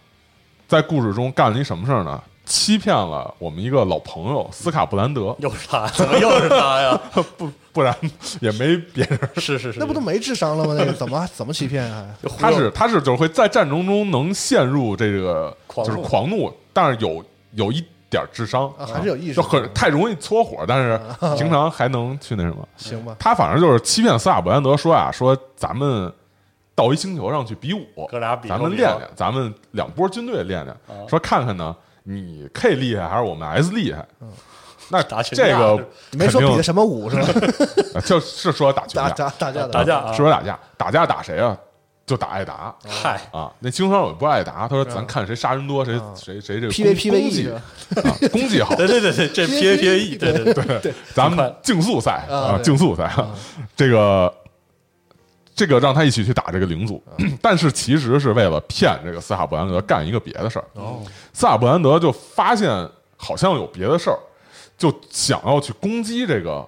Speaker 8: 在故事中干了一什么事儿呢？欺骗了我们一个老朋友斯卡布兰德，
Speaker 6: 又是他，怎么又是他
Speaker 8: (laughs)
Speaker 6: 呀？
Speaker 8: 不不然也没别人
Speaker 6: 是是是，
Speaker 7: 那不都没智商了吗？
Speaker 8: (laughs)
Speaker 7: 那个怎么怎么欺骗啊？
Speaker 6: 就忽
Speaker 8: 他
Speaker 6: 悠
Speaker 8: 是他是就是会在战争中能陷入这个
Speaker 6: 狂
Speaker 8: 就
Speaker 6: 怒
Speaker 8: 是狂怒，但是有有一点儿智商，
Speaker 7: 啊还是有意识
Speaker 8: 就很太容易搓火，但是平常还能去那什么。
Speaker 7: 行吧，
Speaker 8: 他反正就是欺骗斯卡伯兰德说啊，说咱们到一星球上去比武，
Speaker 6: 哥俩比
Speaker 8: 咱们
Speaker 6: 着比
Speaker 8: 练
Speaker 6: 着
Speaker 8: 练，咱们两波军队练练，说看看呢，你 K 厉害还是我们 S 厉害？那
Speaker 6: 打群
Speaker 8: 这
Speaker 6: 架
Speaker 8: 个
Speaker 7: 你没说比
Speaker 8: 肯定
Speaker 7: 的什么舞是
Speaker 8: (laughs)
Speaker 7: 吧？
Speaker 8: 就是说打群
Speaker 7: 打
Speaker 8: 架，
Speaker 7: 打打架的
Speaker 6: 打架啊
Speaker 8: 是说打架，打架打谁啊？就打艾达，
Speaker 6: 嗨，
Speaker 8: 啊，那经常有不爱打，他说咱看谁杀人多，谁谁谁这个
Speaker 7: PVPVE
Speaker 8: 攻击
Speaker 7: 是吧
Speaker 8: 啊，攻击好，
Speaker 6: 对对对对，这 P A P A E，对对对，
Speaker 8: 咱
Speaker 6: 很
Speaker 8: 们
Speaker 6: 快
Speaker 8: 竞速赛
Speaker 7: 啊
Speaker 8: 啊，
Speaker 7: 对
Speaker 8: 竞速赛啊， (laughs) 这个这个让他一起去打这个领主， (clears throat) 但是其实是为了骗这个斯卡伯兰德干一个别的事儿。斯卡伯兰德就发现好像有别的事儿，就想要去攻击这个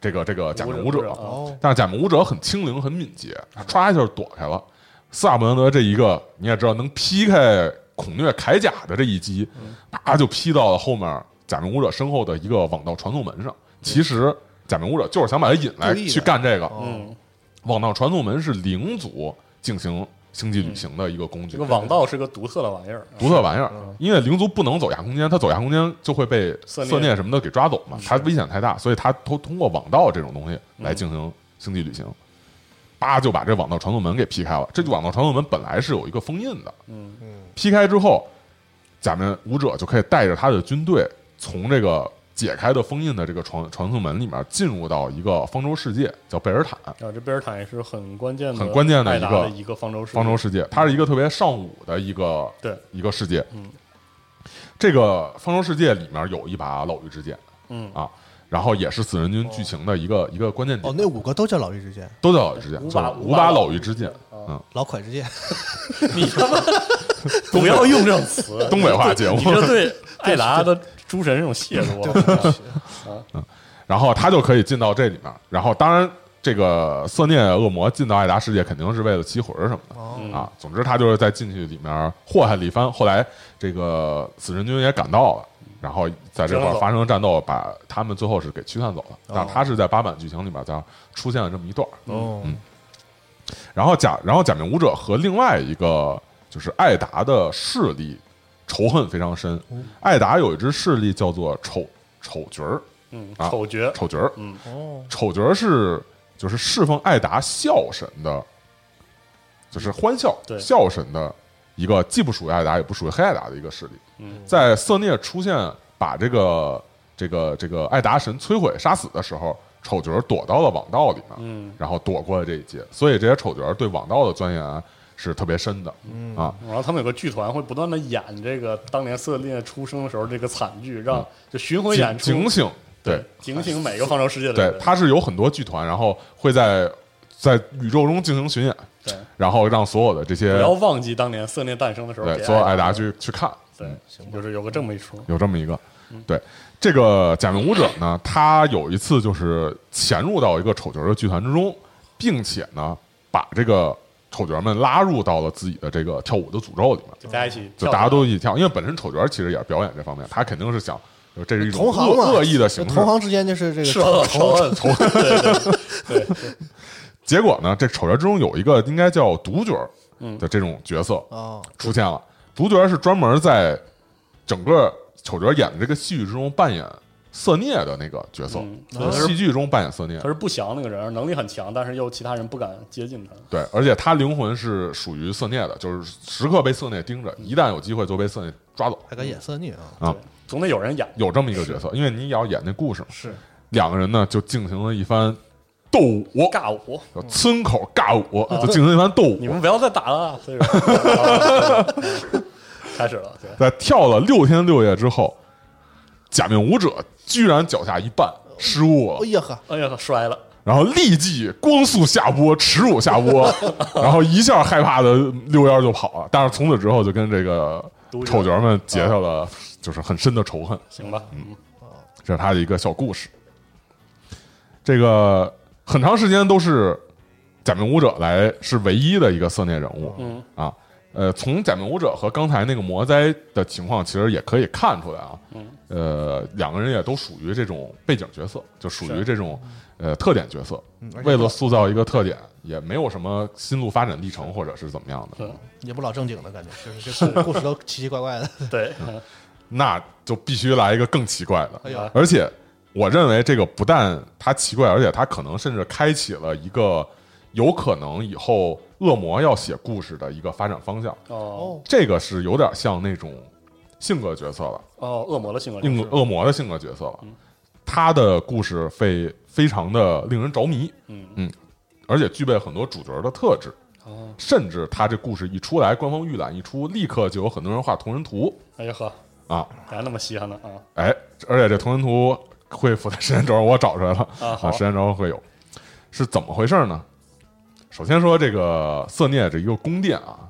Speaker 8: 这个这个假面舞
Speaker 6: 舞者
Speaker 8: 者
Speaker 6: 啊，
Speaker 7: 哦，
Speaker 8: 但是假面舞者很轻灵很敏捷，歘一下就躲开了。斯塔布兰德这一个你也知道，能劈开孔虐铠甲的这一击，啪就劈到了后面假面舞者身后的一个网道传送门上。其实假面舞者就是想把他引来
Speaker 7: 故意的
Speaker 8: 去干这个。
Speaker 6: 嗯，
Speaker 8: 网道传送门是灵族进行星际旅行的一个工具。
Speaker 6: 嗯这个网道是个独特的玩意儿，啊
Speaker 8: 独特玩意儿，因为灵族不能走下空间，他走下空间就会被
Speaker 6: 嗯色
Speaker 8: 色
Speaker 6: 孽嗯
Speaker 8: 孽什么的给抓走嘛，他危险太大，所以他通通过网道这种东西来进行星际旅行，叭就把这网道传送门给劈开了。这就网道传送门本来是有一个封印的，
Speaker 6: 嗯
Speaker 8: 劈开之后，假面舞者就可以带着他的军队从这个解开的封印的这个传传送门里面进入到一个方舟世界，叫贝尔坦。
Speaker 6: 啊，这贝尔坦也是很关键的、
Speaker 8: 很关键的
Speaker 6: 的
Speaker 8: 一个
Speaker 6: 个一个方舟世界
Speaker 8: 方舟世界，它是一个特别上古的一个
Speaker 6: 对
Speaker 8: 一个世界。
Speaker 6: 嗯，
Speaker 8: 这个方舟世界里面有一把老妪之剑
Speaker 6: 嗯，
Speaker 8: 啊，然后也是死人军剧情的一个、一个关键点。
Speaker 7: 哦，那五个都叫老妪之剑，
Speaker 8: 都叫老妪之剑，
Speaker 6: 五把
Speaker 8: 就是
Speaker 6: 五
Speaker 8: 五
Speaker 6: 把
Speaker 8: 把
Speaker 6: 老
Speaker 8: 老妪之剑。
Speaker 6: 哦
Speaker 8: 嗯，
Speaker 7: 老蒯之剑，
Speaker 6: 你他妈不要用这种词，
Speaker 8: (laughs) 嗯东北话节目
Speaker 6: 你这对艾达的诸神这种亵渎啊，
Speaker 8: (laughs) 然后他就可以进到这里面。然后当然，这个色孽恶魔进到艾达世界肯定是为了吸魂儿什么的。
Speaker 6: 嗯
Speaker 7: 哦，
Speaker 8: 啊，总之他就是在进去里面祸害了一番。后来这个死神军也赶到了，然后在这块儿发生了战斗，把他们最后是给驱散走了。但他是在八版剧情里面这样出现了这么一段儿。
Speaker 7: 哦，
Speaker 8: 嗯然后假，然后假面舞者和另外一个就是艾达的势力仇恨非常深。艾达有一支势力叫做丑丑角儿，
Speaker 6: 嗯，
Speaker 8: 啊
Speaker 6: 丑角，
Speaker 8: 丑角儿，
Speaker 6: 嗯，
Speaker 7: 哦，
Speaker 8: 丑角儿是就是侍奉艾达笑神的，就是欢笑
Speaker 6: 对
Speaker 8: 笑神的一个既不属于艾达也不属于黑艾达的一个势力。
Speaker 6: 嗯
Speaker 8: 在色涅出现把这个这个这个艾达神摧毁杀死的时候，丑角儿躲到了网道里面，
Speaker 6: 嗯
Speaker 8: 然后躲过了这一劫。所以这些丑角儿对网道的钻研啊是特别深的、啊。
Speaker 6: 然后他们有个剧团会不断的演这个当年色列出生的时候这个惨剧，让就巡回
Speaker 8: 警
Speaker 6: 演出，
Speaker 8: 警醒，对
Speaker 6: 警醒每个方舟世界的
Speaker 8: 对
Speaker 6: 人，，
Speaker 8: 它是有很多剧团，然后会在在宇宙中进行巡演，
Speaker 6: 对，
Speaker 8: 然后让所有的这些
Speaker 6: 不要忘记当年色列诞生的时候给
Speaker 8: 对，
Speaker 6: 的，
Speaker 8: 所有艾达去去看，
Speaker 6: 对，就是有个这么一出，
Speaker 8: 有这么一个。
Speaker 6: 嗯
Speaker 8: 对，这个假面舞者呢，他有一次就是潜入到一个丑角的剧团之中，并且呢，把这个丑角们拉入到了自己的这个跳舞的诅咒里面，
Speaker 6: 就大家一起
Speaker 8: 就
Speaker 6: 跳舞
Speaker 8: 大家都一起跳，因为本身丑角其实也是表演这方面，他肯定是想，就这是一种
Speaker 7: 同行
Speaker 8: 恶
Speaker 7: 嘛，
Speaker 8: 恶意的形式，啊
Speaker 7: 同行之间就是这
Speaker 6: 是
Speaker 8: (laughs)
Speaker 7: 个
Speaker 6: 仇恨仇恨，对对对对，
Speaker 8: 结果呢，这丑角之中有一个应该叫独角儿
Speaker 6: 嗯
Speaker 8: 的这种角色
Speaker 7: 哦
Speaker 8: 出现了。独角儿是专门在整个丑角演的这个戏剧之中扮演色孽的那个角色，
Speaker 6: 嗯
Speaker 8: 在戏剧中扮演色孽
Speaker 6: 他。是不祥那个人，能力很强，但是又其他人不敢接近他，
Speaker 8: 对，而且他灵魂是属于色孽的，就是时刻被色孽盯着，一旦有机会就被色孽抓走。
Speaker 7: 还敢演色孽啊？
Speaker 8: 啊
Speaker 6: 对，总得有人演，
Speaker 8: 有这么一个角色，因为你也要演那故事嘛。
Speaker 7: 是
Speaker 8: 两个人呢就进行了一番斗舞，
Speaker 6: 尬舞，
Speaker 8: 叫村口尬舞，就进行了一番斗舞。
Speaker 6: 你们不要再打了，所以
Speaker 8: (laughs)
Speaker 6: 说开始了，对，
Speaker 8: 在跳了六天六夜之后，假面舞者居然脚下一绊失误
Speaker 7: 哎
Speaker 8: 了，
Speaker 7: 呀呵，
Speaker 6: 哎呀，摔了，
Speaker 8: 然后立即光速下播，耻辱下播，然后一下害怕的溜烟就跑了。但是从此之后就跟这个
Speaker 6: 都是
Speaker 8: 丑角们结下了就是很深的仇恨，
Speaker 6: 行吧，嗯，
Speaker 8: 这是他的一个小故事。这个很长时间都是假面舞者来是唯一的一个色孽人物，
Speaker 6: 嗯
Speaker 8: 啊，呃，从假面舞者和刚才那个魔灾的情况，其实也可以看出来啊，
Speaker 6: 嗯，
Speaker 8: 呃，两个人也都属于这种背景角色，就属于
Speaker 6: 是
Speaker 8: 这种呃特点角色，
Speaker 7: 嗯而且
Speaker 8: 为了塑造一个特点，也没有什么心路发展历程或者是怎么样的，
Speaker 6: 对
Speaker 7: 也不老正经的感觉，就是这故故事都奇奇怪怪
Speaker 8: 啊
Speaker 7: 的。
Speaker 6: 嗯对， (laughs)
Speaker 8: 那就必须来一个更奇怪的，
Speaker 7: 哎呀，
Speaker 8: 而且我认为这个不但它奇怪，而且它可能甚至开启了一个有可能以后恶魔要写故事的一个发展方向。
Speaker 6: 哦
Speaker 7: 哦，
Speaker 8: 这个是有点像那种性格角色了，
Speaker 6: 哦，恶魔的性格就
Speaker 8: 硬
Speaker 6: 是，
Speaker 8: 恶魔的性格角色了。
Speaker 6: 嗯
Speaker 8: 他的故事非非常的令人着迷，
Speaker 6: 嗯
Speaker 8: 而且具备很多主角的特质。
Speaker 6: 哦，
Speaker 8: 甚至他这故事一出来，官方预览一出，立刻就有很多人画同人图
Speaker 6: 哎呀呵，
Speaker 8: 啊！
Speaker 6: 还那么稀罕呢啊，
Speaker 8: 哎，而且这同人图会附在时间轴上，我找出来了
Speaker 6: 啊好
Speaker 8: 时间轴上会有，是怎么回事呢？首先说这个色涅这一个宫殿啊，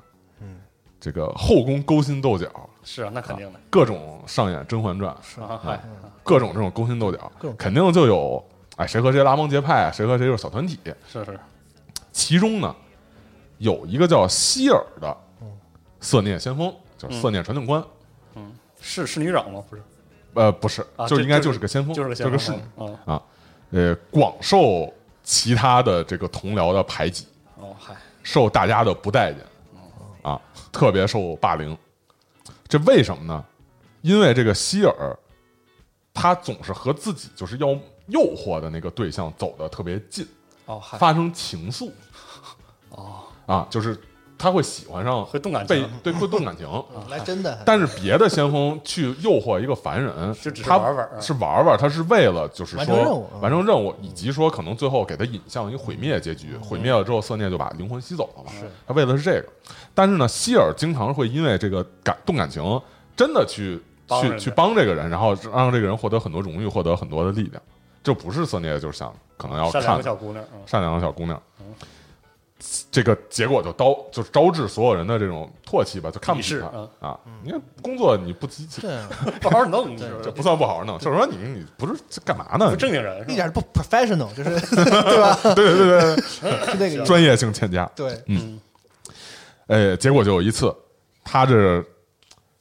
Speaker 8: 嗯，这个后宫勾心斗角，
Speaker 6: 是啊，那肯定的，
Speaker 8: 各种上演《甄嬛传》，
Speaker 6: 啊嗨，
Speaker 8: 各种这种勾心斗角
Speaker 7: 各种，
Speaker 8: 肯定就有哎，谁和谁拉帮结派，啊谁和谁就是小团体。
Speaker 6: 是是，
Speaker 8: 其中呢，有一个叫希尔的色涅先锋，
Speaker 6: 嗯
Speaker 8: 就是色涅传令官。
Speaker 6: 是是女长吗？不是，
Speaker 8: 呃，不是，
Speaker 6: 啊
Speaker 8: 就
Speaker 6: 这
Speaker 8: 是应该
Speaker 6: 就
Speaker 8: 就是是个先锋，
Speaker 6: 就是个
Speaker 8: 是
Speaker 6: 先
Speaker 8: 个侍
Speaker 6: 锋
Speaker 8: 女。
Speaker 6: 啊。
Speaker 8: 啊，呃，广受其他的这个同僚的排挤，
Speaker 6: 哦，嗨，
Speaker 8: 受大家的不待见，啊，特别受霸凌。这为什么呢？因为这个希尔，他总是和自己就是要诱惑的那个对象走得特别近，
Speaker 6: 哦嗨，
Speaker 8: 发生情愫。哦，啊，就是他会喜欢上，
Speaker 6: 会动感
Speaker 8: 被
Speaker 6: 情
Speaker 8: 对会动感情。
Speaker 7: 来真的，
Speaker 8: 但是别的先锋去诱惑一个凡人，
Speaker 6: 就 (laughs) 只是
Speaker 8: 他
Speaker 6: 玩玩啊
Speaker 8: 是玩玩，他是为了就是
Speaker 7: 完
Speaker 8: 说
Speaker 7: 成任务嗯
Speaker 8: 完成任务以及说可能最后给他引向一个毁灭结
Speaker 6: 嗯
Speaker 8: 局，毁灭了之后，色涅就把灵魂吸走了嘛。他为的是这个，但是呢，希尔经常会因为这个感动感情，真的去
Speaker 6: 帮人
Speaker 8: 去
Speaker 6: 家
Speaker 8: 去帮这个人，然后让这个人获得很多荣誉，获得很多的力量。这不是色涅，就是想可能要
Speaker 6: 善良
Speaker 8: 看
Speaker 6: 的小
Speaker 8: (laughs)
Speaker 6: 姑娘，嗯
Speaker 8: 善良的小姑娘。这个结果就招就是招致所有人的这种唾弃吧，就看不起
Speaker 6: 鄙视
Speaker 8: 他
Speaker 6: 嗯
Speaker 8: 啊！你看工作你不积极，
Speaker 7: 对啊，
Speaker 6: 不好好弄，
Speaker 7: 对
Speaker 6: 就是
Speaker 8: 这不算不好好弄，就是说你你不是这干嘛呢
Speaker 6: 不？正经人，
Speaker 7: (laughs) 一
Speaker 6: 是
Speaker 7: 点
Speaker 6: 吧
Speaker 7: 儿都不 professional，就是 (laughs) 对吧？
Speaker 8: 对对对对，
Speaker 7: 就那
Speaker 6: (laughs)
Speaker 7: 个意思
Speaker 8: 专业性欠佳。
Speaker 7: 对，
Speaker 8: 哎，结果就有一次，他这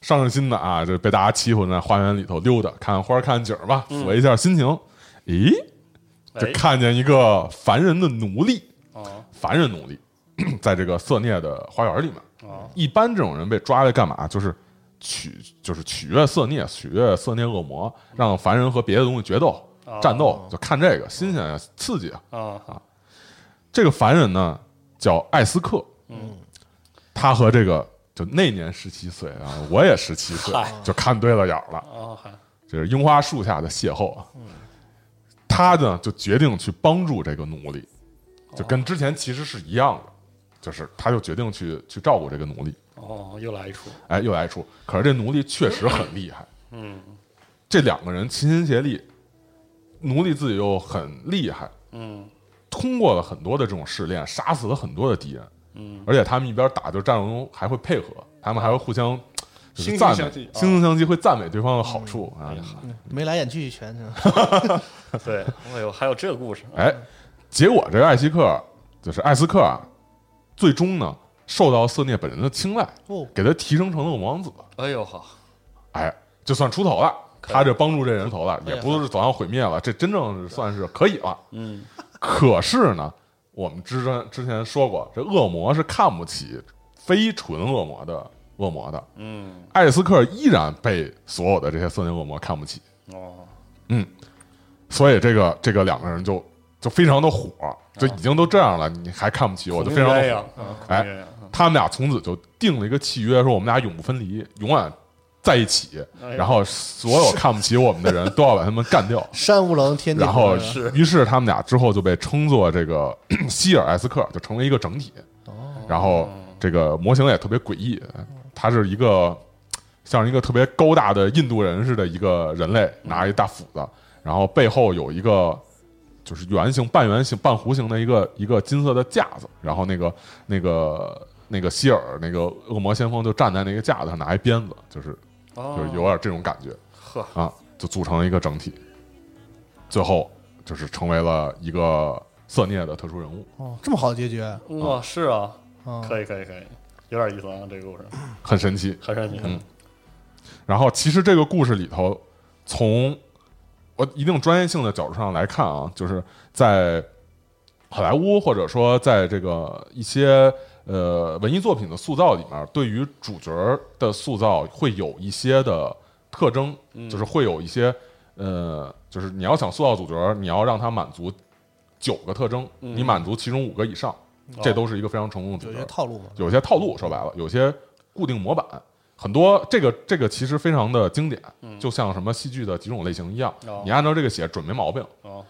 Speaker 8: 上上心的啊，这被大家欺负，在花园里头溜达，看花儿看景儿吧，
Speaker 6: 嗯
Speaker 8: 抚慰一下心情。咦，就
Speaker 6: 哎
Speaker 8: 看见一个凡人的奴隶，
Speaker 6: 哦
Speaker 8: 凡人奴隶， (clears throat) 在这个色涅的花园里面。
Speaker 6: 哦
Speaker 8: 一般这种人被抓来干嘛？就是取，就是取悦色孽，取悦色孽恶魔，让凡人和别的东西决斗、战斗，就看这个新鲜呀、刺激啊。
Speaker 6: 哦，
Speaker 8: 这个凡人呢叫艾斯克，嗯，他和这个就那年十七岁啊，我也十七岁，就看对了眼儿了。
Speaker 6: 哦嗨，
Speaker 8: 这是樱花树下的邂逅啊。
Speaker 6: 嗯
Speaker 8: 他呢就决定去帮助这个奴隶，
Speaker 6: 哦
Speaker 8: 就跟之前其实是一样的，就是他就决定去去照顾这个奴隶。
Speaker 6: 哦又来一出，
Speaker 8: 哎，又来一出。可是这奴隶确实很厉害，嗯，这两个人齐心协力，奴隶自己又很厉害，嗯，通过了很多的这种试炼，杀死了很多的敌人，嗯，而且他们一边打就战斗中还会配合，他们还会互相。就是
Speaker 6: 惺惺
Speaker 8: 赞美，
Speaker 6: 相惜嗯
Speaker 8: 惺
Speaker 6: 啊
Speaker 8: 惺相惜，会赞美对方的好处啊！
Speaker 7: 眉来眼去一拳，是吧
Speaker 8: (laughs)
Speaker 6: 对，哎呦还有这个故事，
Speaker 8: 哎，结果这个艾希克就是艾斯克啊，最终呢受到色涅本人的青睐，
Speaker 7: 哦
Speaker 8: 给他提升成了王子。
Speaker 6: 哎呦好，
Speaker 8: 哎，就算出头了。他这帮助这人头了，也
Speaker 7: 哎呀
Speaker 8: 不是走向毁灭了，这真正是算是可以了。
Speaker 6: 嗯，
Speaker 8: 可是呢，我们之前之前说过，这恶魔是看不起非纯恶魔的恶魔的。
Speaker 6: 嗯
Speaker 8: 艾斯克依然被所有的这些森林恶魔看不起，嗯
Speaker 6: 哦
Speaker 8: 所以这个这个两个人就就非常的火，就已经都这样了，你还看不起我，就非常
Speaker 6: 鸳
Speaker 8: 的
Speaker 6: 鸯
Speaker 8: 火。，
Speaker 6: 嗯
Speaker 8: 哎，
Speaker 6: 孔明鸳鸯嗯
Speaker 8: 他们俩从此就定了一个契约，说我们俩永不分离，永远在一起。
Speaker 6: 哎呀
Speaker 8: 然后所有看不起我们的人都要把他们干掉。
Speaker 7: 山无棱，天地
Speaker 8: 然后
Speaker 7: 合是吧，
Speaker 8: 于是他们俩之后就被称作这个 (clears throat) 希尔艾斯克，就成为一个整体。然后这个模型也特别诡异，他是一个像一个特别高大的印度人似的一个人类，拿一大斧子，然后背后有一个就是圆形、半圆形、半弧形的一个一个金色的架子，然后那个那个那个希尔那个恶魔先锋就站在那个架子上拿一鞭子，就是
Speaker 6: 哦
Speaker 8: 就是有点这种感觉。
Speaker 6: 呵
Speaker 8: 啊，就组成了一个整体，最后就是成为了一个色涅的特殊人物。
Speaker 7: 哦，这么好的结局，
Speaker 6: 哇是啊，
Speaker 7: 嗯
Speaker 6: 可以可以可以，有点意思啊这个故事，
Speaker 8: 很神奇。
Speaker 6: 很神奇，
Speaker 8: 嗯然后其实这个故事里头，从我一定专业性的角度上来看啊，就是在好莱坞或者说在这个一些呃文艺作品的塑造里面，对于主角的塑造会有一些的特征，就是会有一些呃，就是你要想塑造主角，你要让他满足九个特征，你满足其中五个以上，这都是一个非常成功的主
Speaker 7: 有
Speaker 8: 角。
Speaker 7: 些套路嘛，
Speaker 8: 有些套路，说白了，有些固定模板，很多这个这个其实非常的经典，就像什么戏剧的几种类型一样，
Speaker 6: 嗯哦
Speaker 8: 你按照这个写准没毛病。
Speaker 6: 哦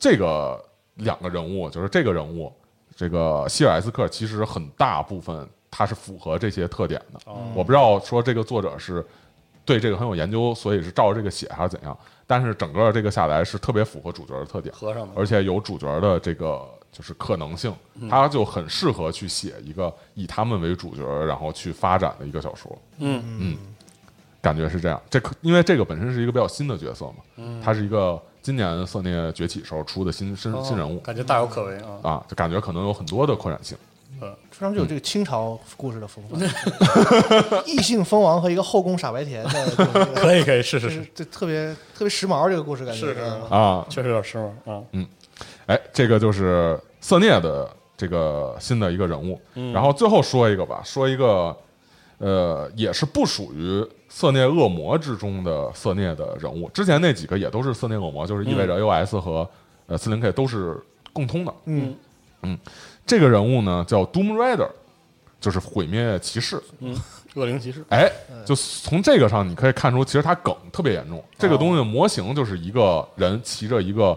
Speaker 8: 这个两个人物就是这个人物，这个希尔艾斯克其实很大部分他是符合这些特点的。
Speaker 6: 哦
Speaker 8: 我不知道说这个作者是对这个很有研究，所以是照着这个写还是怎样，但是整个这个下来是特别符合主角的特点。
Speaker 6: 合上的
Speaker 8: 而且有主角的这个就是可能性，
Speaker 6: 嗯
Speaker 8: 他就很适合去写一个以他们为主角，然后去发展的一个小说。
Speaker 6: 嗯
Speaker 8: 嗯，感觉是这样。这可因为这个本身是一个比较新的角色嘛，他是一个今年色涅崛起时候出的新新新人物
Speaker 6: 哦感觉大有可为啊。
Speaker 8: 啊，就感觉可能有很多的扩展性。
Speaker 7: 非常具有
Speaker 6: 嗯
Speaker 7: 这个清朝故事的风范，
Speaker 6: (laughs)
Speaker 7: 异姓封王和一个后宫傻白甜的这种这个，
Speaker 6: 可以可以，是
Speaker 7: 就是是
Speaker 6: 是，
Speaker 7: 这特别特别时髦这个故事感觉
Speaker 6: 是是
Speaker 7: 嗯
Speaker 8: 啊，
Speaker 6: 确实有点失望啊。
Speaker 8: 哎，这个就是色涅的这个新的一个人物。然后最后说一个吧，说一个，呃，也是不属于色涅恶魔之中的色涅的人物。之前那几个也都是色涅恶魔，就是意味着 AOS 和、呃四零 K 都是共通的。
Speaker 7: 嗯
Speaker 8: 嗯，这个人物呢叫 Doom Rider，就是毁灭骑士。
Speaker 6: 嗯，恶灵骑士，
Speaker 8: 哎，就从这个上你可以看出，其实它梗特别严重。这个东西的模型就是一个人骑着一个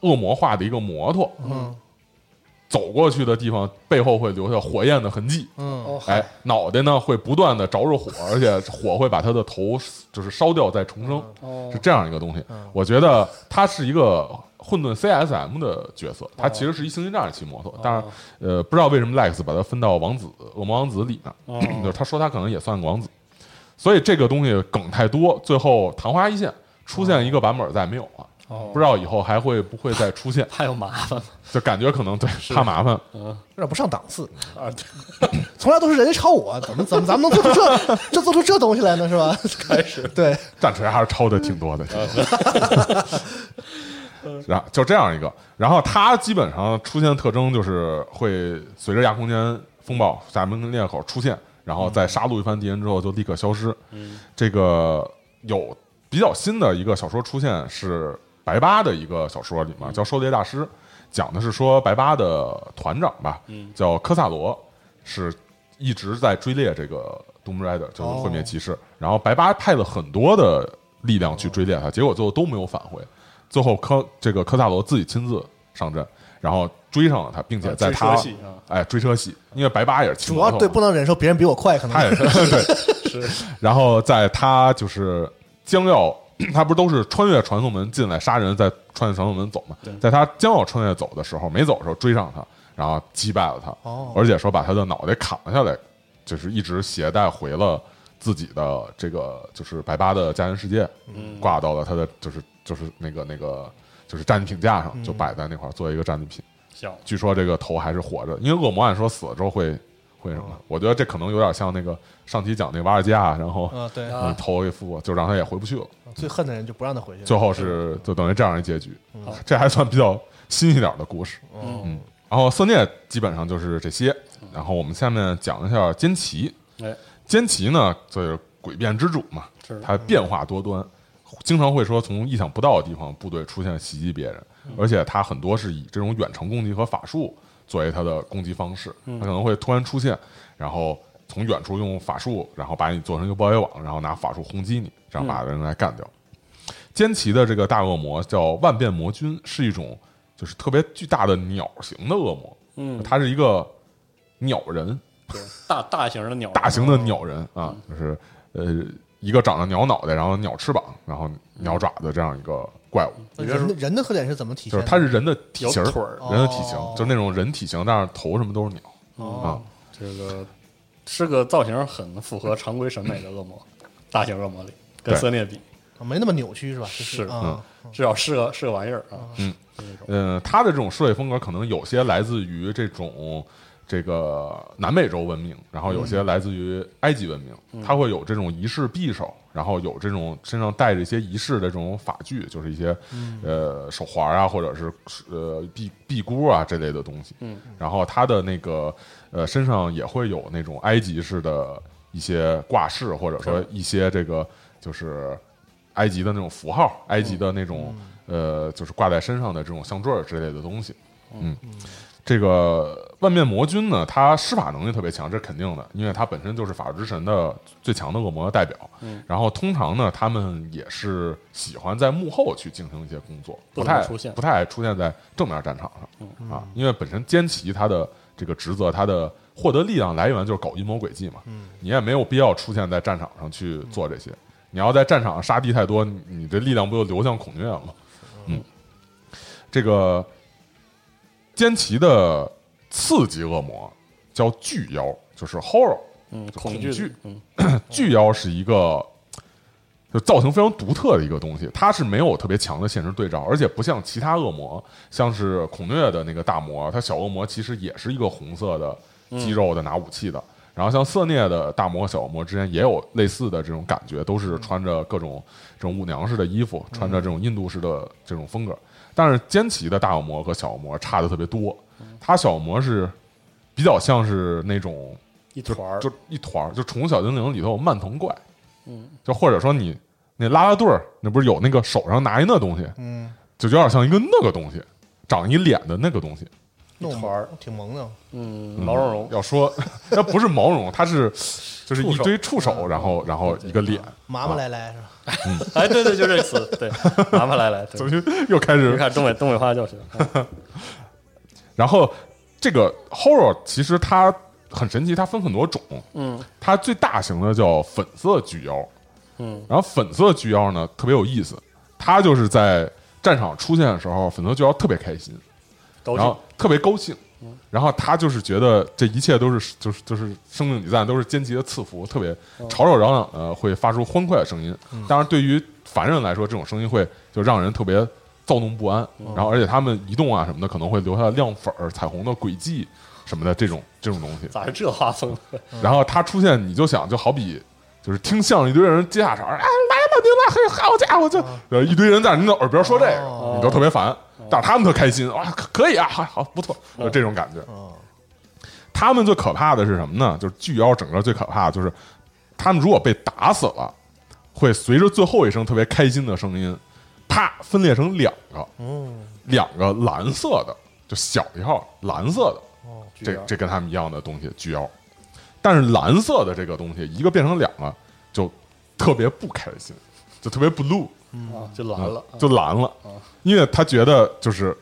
Speaker 8: 恶魔化的一个摩托，
Speaker 7: 嗯
Speaker 8: 走过去的地方背后会留下火焰的痕迹。
Speaker 7: 嗯
Speaker 6: 哦，
Speaker 8: 哎，脑袋呢会不断的着着火，
Speaker 6: (laughs)
Speaker 8: 而且火会把他的头就是烧掉再重生，
Speaker 6: 哦
Speaker 8: 是这样一个东西。我觉得他是一个混沌 CSM 的角色，他
Speaker 6: 哦
Speaker 8: 其实是一星际战士骑摩托，但是呃不知道为什么 Lex 把它分到王子恶魔王子里面，
Speaker 6: 哦
Speaker 8: 就是他说他可能也算王子，所以这个东西梗太多，最后昙花一现，出现一个版本再没有了。
Speaker 6: 哦
Speaker 8: 不知道以后还会不会再出现，
Speaker 6: 怕有麻烦嘛
Speaker 8: 就感觉可能对怕麻烦，
Speaker 6: 嗯
Speaker 7: 有点不上档次，
Speaker 6: 啊，对
Speaker 7: 从来都是人家抄我，怎么怎么咱们能做出
Speaker 6: (laughs)
Speaker 7: 这这做出这东西来呢？是吧？开始对，
Speaker 8: 战锤还是抄的挺多
Speaker 6: (laughs) 呃
Speaker 8: 的。然后就这样一个，然后它基本上出现的特征就是会随着亚空间风暴、下门裂口出现，然后在杀戮一番敌人之后就立刻消失。这个有比较新的一个小说出现是白八的一个小说里面叫《狩猎大师》，讲的是说白八的团长吧，叫科萨罗，是一直在追猎这个 Doom Rider，就是毁灭骑士。然后白八派了很多的力量去追猎他，结果最后都没有返回。最后科这个科萨罗自己亲自上阵，然后追上了他，并且在他、
Speaker 6: 追车戏啊
Speaker 8: 哎追车戏，因为白八也是骑
Speaker 7: 主
Speaker 8: 摩
Speaker 7: 要
Speaker 8: 托
Speaker 7: 对
Speaker 8: 嘛
Speaker 7: 不能忍受别人比我快，可能 (laughs)
Speaker 8: 他也是对，然后在他就是将要， (clears throat) 他不是都是穿越传送门进来杀人，再穿越传送门走嘛？在他将要穿越走的时候，没走的时候追上他，然后击败了他，
Speaker 7: 哦
Speaker 8: 而且说把他的脑袋砍了下来，就是一直携带回了自己的这个就是白八的家园世界，
Speaker 7: 嗯
Speaker 8: 挂到了他的就是就是那个那个就是战利品架上，
Speaker 7: 嗯
Speaker 8: 就摆在那块儿作为一个战利品。
Speaker 6: 行，
Speaker 8: 据说这个头还是活着，因为恶魔按说死了之后会会什么？我觉得这可能有点像那个上期讲那瓦尔基亚，然后
Speaker 7: 啊对，
Speaker 8: 嗯头给复活，就让他也回不去了。
Speaker 7: 最恨的人就不让他回去了，
Speaker 8: 最后是就等于这样一结局， (laughs) 这还算比较新一点的故事。嗯，然后色涅基本上就是这些，然后我们下面讲一下坚奇。
Speaker 6: 哎，
Speaker 8: 坚奇呢，就是诡辩之主嘛
Speaker 6: 是，
Speaker 8: 他变化多端，经常会说从意想不到的地方部队出现袭击别人，而且他很多是以这种远程攻击和法术作为他的攻击方式，他可能会突然出现，然后从远处用法术，然后把你做成一个包围网，然后拿法术轰击你，这样把人来干掉。坚奇的这个大恶魔叫万变魔君，是一种就是特别巨大的鸟型的恶魔，
Speaker 6: 嗯，
Speaker 8: 它是一个鸟人，
Speaker 6: 对，大大型的鸟，
Speaker 8: 大型的鸟人啊，就是呃一个长着鸟脑袋，然后鸟翅膀，然后鸟爪子这样一个怪物，
Speaker 7: 那人的人的特点是怎么体
Speaker 8: 就
Speaker 7: 现
Speaker 8: 是
Speaker 7: 的？
Speaker 8: 它是人的体型儿
Speaker 6: 有腿儿，
Speaker 8: 人的体型
Speaker 7: 哦
Speaker 8: 就是那种人体型，但是头什么都是鸟啊
Speaker 7: 哦，
Speaker 6: 这个是个造型很符合常规审美的恶魔，大型恶魔里跟
Speaker 8: 对
Speaker 6: 森列比，
Speaker 7: 啊没那么扭曲是吧？就是
Speaker 6: 是
Speaker 8: 嗯
Speaker 7: 啊，
Speaker 6: 至少是个是个玩意儿啊。嗯，
Speaker 8: 呃，他的这种设计风格可能有些来自于这种这个南美洲文明，然后有些来自于埃及文明，他会有这种仪式匕首，然后有这种身上带着一些仪式的这种法具，就是一些、呃手环啊，或者是呃臂臂箍啊这类的东西。嗯，然后他的那个呃身上也会有那种埃及式的一些挂饰，或者说一些这个就是。埃及的那种符号，埃及的那种、呃，就是挂在身上的这种项坠儿之类的东西。嗯，这个万面魔君呢，他施法能力特别强，这是肯定的，因为他本身就是法之神的最强的恶魔代表。嗯，然后通常呢，他们也是喜欢在幕后去进行一些工作，
Speaker 6: 不
Speaker 8: 不
Speaker 6: 怎么
Speaker 8: 太
Speaker 6: 出现
Speaker 8: 不太出现在正面战场上、啊，因为本身坚奇他的这个职责，他的获得力量来源就是搞阴谋诡计嘛。嗯，你也没有必要出现在战场上去做这些。你要在战场上杀敌太多，你你这力量不就流向孔雀了吗？嗯，这个坚奇的次级恶魔叫巨妖，就是 horror。
Speaker 6: 嗯，
Speaker 8: 恐
Speaker 6: 惧
Speaker 8: 惧
Speaker 6: 的，嗯，
Speaker 8: 巨妖是一个就造型非常独特的一个东西，它是没有特别强的现实对照，而且不像其他恶魔，像是孔虐的那个大魔，它小恶魔其实也是一个红色的肌肉的拿武器的。然后像色涅的大魔和小恶魔之间也有类似的这种感觉，都是穿着各种这种舞娘式的衣服，穿着这种印度式的这种风格。但是坚奇的大恶魔和小恶魔差的特别多，他小恶魔是比较像是那种
Speaker 6: 一
Speaker 8: 就
Speaker 6: 团儿，
Speaker 8: 就一团儿，就《宠物小精灵》里头有慢藤怪，嗯，就或者说你那拉拉队儿，那不是有那个手上拿一那东西，
Speaker 7: 嗯，
Speaker 8: 就有点像一个那个东西，长一脸的那个东西。
Speaker 7: 那
Speaker 6: 团儿
Speaker 7: 我挺萌的，
Speaker 6: 嗯，毛茸茸，
Speaker 8: 要说那不是毛绒，它是就是一
Speaker 6: 触手
Speaker 8: 堆触手，然后然后一个脸，
Speaker 7: 麻麻赖赖是吧？
Speaker 6: 哎，对对，就这个词， (laughs) 对，麻烦来来，对
Speaker 8: 怎么，就又开
Speaker 6: 你
Speaker 8: 始
Speaker 6: 看东北东北话教学，
Speaker 8: 然后这个 horror 其实它很神奇，它分很多种。
Speaker 6: 嗯，
Speaker 8: 它最大型的叫粉色巨妖。
Speaker 6: 嗯，
Speaker 8: 然后粉色巨妖呢特别有意思，它就是在战场出现的时候，粉色巨妖特别开心，
Speaker 6: 高
Speaker 8: 然后
Speaker 6: 兴，
Speaker 8: 特别高兴。然后他就是觉得这一切都是就是就是生命礼赞，都是奸奇的赐福，特别吵吵嚷嚷呃会发出欢快的声音。
Speaker 6: 嗯
Speaker 8: 当然，对于凡人来说，这种声音会就让人特别躁动不安。
Speaker 6: 嗯
Speaker 8: 然后，而且他们移动啊什么的，可能会留下亮粉儿、彩虹的轨迹什么的这种这种东西。
Speaker 6: 咋是这画风？
Speaker 8: 然后他出现，你就想就好比就是听相声一堆人接下茬儿，哎，来吧，您来，嘿，好家伙，就
Speaker 6: 嗯
Speaker 8: 呃一堆人在你的耳边说这
Speaker 6: 哦
Speaker 8: 个，你都特别烦，但是他们特开心，哇，可可以啊，好好不错，就这种感觉。他们最可怕的是什么呢？就是巨妖整个最可怕的就是他们如果被打死了，会随着最后一声特别开心的声音，啪分裂成两个，两个蓝色的，就小一号蓝色的，
Speaker 6: 啊
Speaker 8: 这这跟他们一样的东西巨妖，但是蓝色的这个东西一个变成两个，就特别不开心，就特别 blue，
Speaker 6: 啊，就蓝了，
Speaker 8: 嗯就蓝了，因为他觉得就是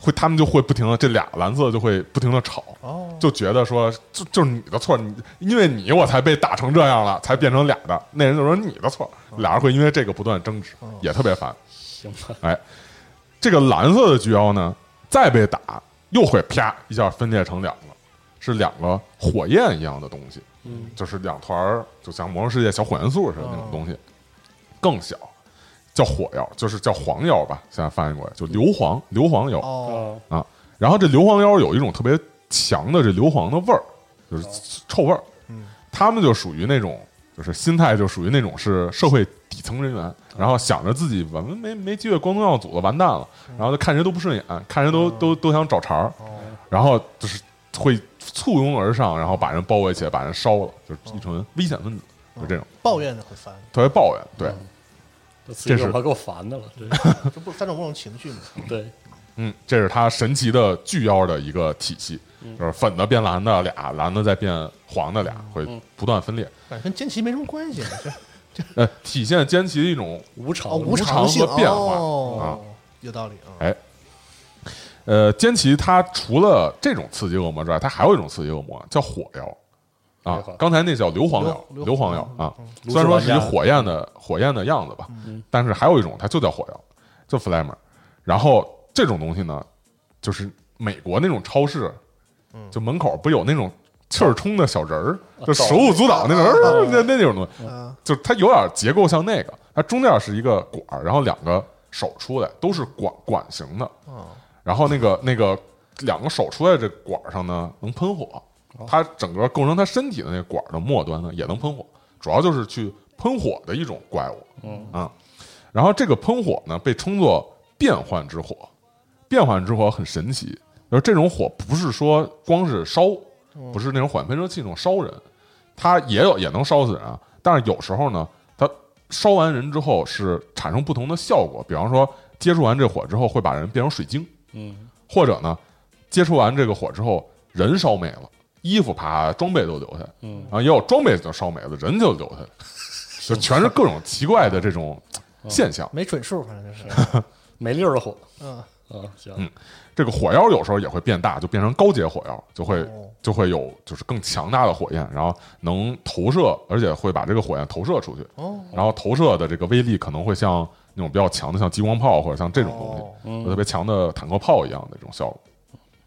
Speaker 8: 会他们就会不停的这俩蓝色就会不停的吵，
Speaker 6: 哦
Speaker 8: 就觉得说就就是你的错，你因为你我才被打成这样了，才变成俩的，那人就说你的错，
Speaker 6: 嗯
Speaker 8: 俩人会因为这个不断争执，也特别烦。
Speaker 6: 行吧，
Speaker 8: 哎，这个蓝色的巨妖呢，再被打又会啪一下分裂成两个，是两个火焰一样的东西，嗯，就是两团儿，就像魔兽世界小火元素似的那种东西，更小，叫火药，就是叫黄妖吧，现在翻译过来就硫磺，硫磺妖，
Speaker 7: 哦，
Speaker 6: (laughs) 哦，
Speaker 8: 啊。然后这硫磺妖有一种特别强的这硫磺的味儿，就是臭味儿。
Speaker 7: 嗯，
Speaker 8: 他们就属于那种，就是心态就属于那种是社会底层人员，然后想着自己完没没机会光宗耀祖了，完蛋了，然后就看谁都不顺眼，看谁都都都想找茬儿，然后就是会簇拥而上，然后把人包围起来，把人烧了，就是一群危险分子，就这种
Speaker 7: 抱怨的很烦，
Speaker 8: 特别抱怨。对，
Speaker 6: 这词
Speaker 8: 这
Speaker 6: 语
Speaker 8: 是
Speaker 6: 把我给我烦的了，真是
Speaker 7: 这不三种不同情绪嘛？
Speaker 6: 对，
Speaker 8: 嗯，这是它神奇的巨妖的一个体系，就是粉的变蓝的俩，蓝的再变黄的俩，会不断分裂，
Speaker 7: 感觉跟奸奇没什么关系，
Speaker 8: (laughs)
Speaker 7: 这
Speaker 8: 呃，体现坚奇的一种
Speaker 6: 无
Speaker 7: 哦，
Speaker 6: 常
Speaker 7: 无
Speaker 8: 常
Speaker 7: 性
Speaker 8: 和变化啊
Speaker 7: 哦，有道理啊。
Speaker 8: 哎，呃，坚奇它除了这种刺激恶魔之外，它还有一种刺激恶魔叫火妖啊
Speaker 6: 硫磺。
Speaker 8: 刚才那叫硫磺药，
Speaker 7: 硫
Speaker 8: 硫磺药啊。
Speaker 6: 嗯
Speaker 8: 虽然说是
Speaker 6: 炉石玩家嗯
Speaker 8: 以火焰的火焰的样子吧，但是还有一种它就叫火药，叫 flamer。然后这种东西呢，就是美国那种超市，
Speaker 6: 嗯
Speaker 8: 就门口不有那种。气儿冲的小人儿，
Speaker 6: 啊
Speaker 8: 就手舞足蹈那种，呃那那那种东西，就是它有点结构像那个，它中间是一个管儿，然后两个手出来都是管管型的，然后那个那个两个手出来这管儿上呢能喷火，它整个构成它身体的那个管儿的末端呢也能喷火，主要就是去喷火的一种怪物，嗯啊，然后这个喷火呢被称作变幻之火，变幻之火很神奇，就是这种火不是说光是烧，
Speaker 6: 嗯
Speaker 8: 不是那种火焰喷射器那种烧人，它也有也能烧死人啊，但是有时候呢，它烧完人之后是产生不同的效果，比方说接触完这火之后会把人变成水晶。
Speaker 6: 嗯，
Speaker 8: 或者呢，接触完这个火之后，人烧没了，衣服啪，装备都留下，
Speaker 6: 嗯
Speaker 8: 然后也有装备就烧没了，人就留下了，就全是各种奇怪的这种
Speaker 6: (laughs) 嗯
Speaker 8: 现象。
Speaker 7: 没准数，反正就是，
Speaker 6: 没溜儿的火，
Speaker 7: 嗯，
Speaker 6: 啊，行，
Speaker 8: 这个火药有时候也会变大，就变成高阶火药，就会
Speaker 7: 哦
Speaker 8: 就会有就是更强大的火焰，然后能投射，而且会把这个火焰投射出去。
Speaker 7: 哦，
Speaker 8: 然后投射的这个威力可能会像那种比较强的，像激光炮或者像这种东西，
Speaker 7: 哦
Speaker 6: 嗯
Speaker 8: 有嗯特别强的坦克炮一样的这种效果。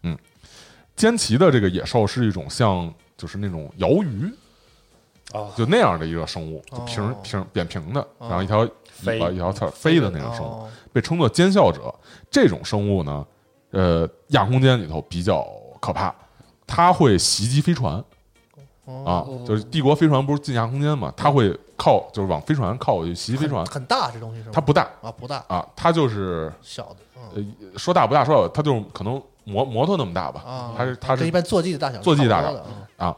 Speaker 8: 嗯，坚奇的这个野兽是一种像就是那种鳐鱼，
Speaker 6: 哦
Speaker 8: 就那样的一个生物，就平
Speaker 7: 哦
Speaker 8: 平扁平的，
Speaker 7: 哦
Speaker 8: 然后一条尾
Speaker 6: 飞
Speaker 8: 巴一条刺儿飞的那种生物，
Speaker 7: 哦，
Speaker 8: 被称作尖啸者。这种生物呢，呃，亚空间里头比较可怕，它会袭击飞船啊，就是帝国飞船不是进亚空间嘛，它会靠就是往飞船靠过去袭击飞船
Speaker 7: 很，很大，这东西是吗？
Speaker 8: 它不大
Speaker 7: 啊，不大，
Speaker 8: 啊，它就是
Speaker 7: 小的，嗯
Speaker 8: 呃说大不大，说小它就是可能摩摩托那么大吧，
Speaker 7: 啊，
Speaker 8: 它是它
Speaker 7: 跟一
Speaker 8: 是
Speaker 7: 般坐骑的大小是
Speaker 8: 坐骑大
Speaker 7: 差不
Speaker 8: 小
Speaker 7: 多的，嗯
Speaker 8: 啊，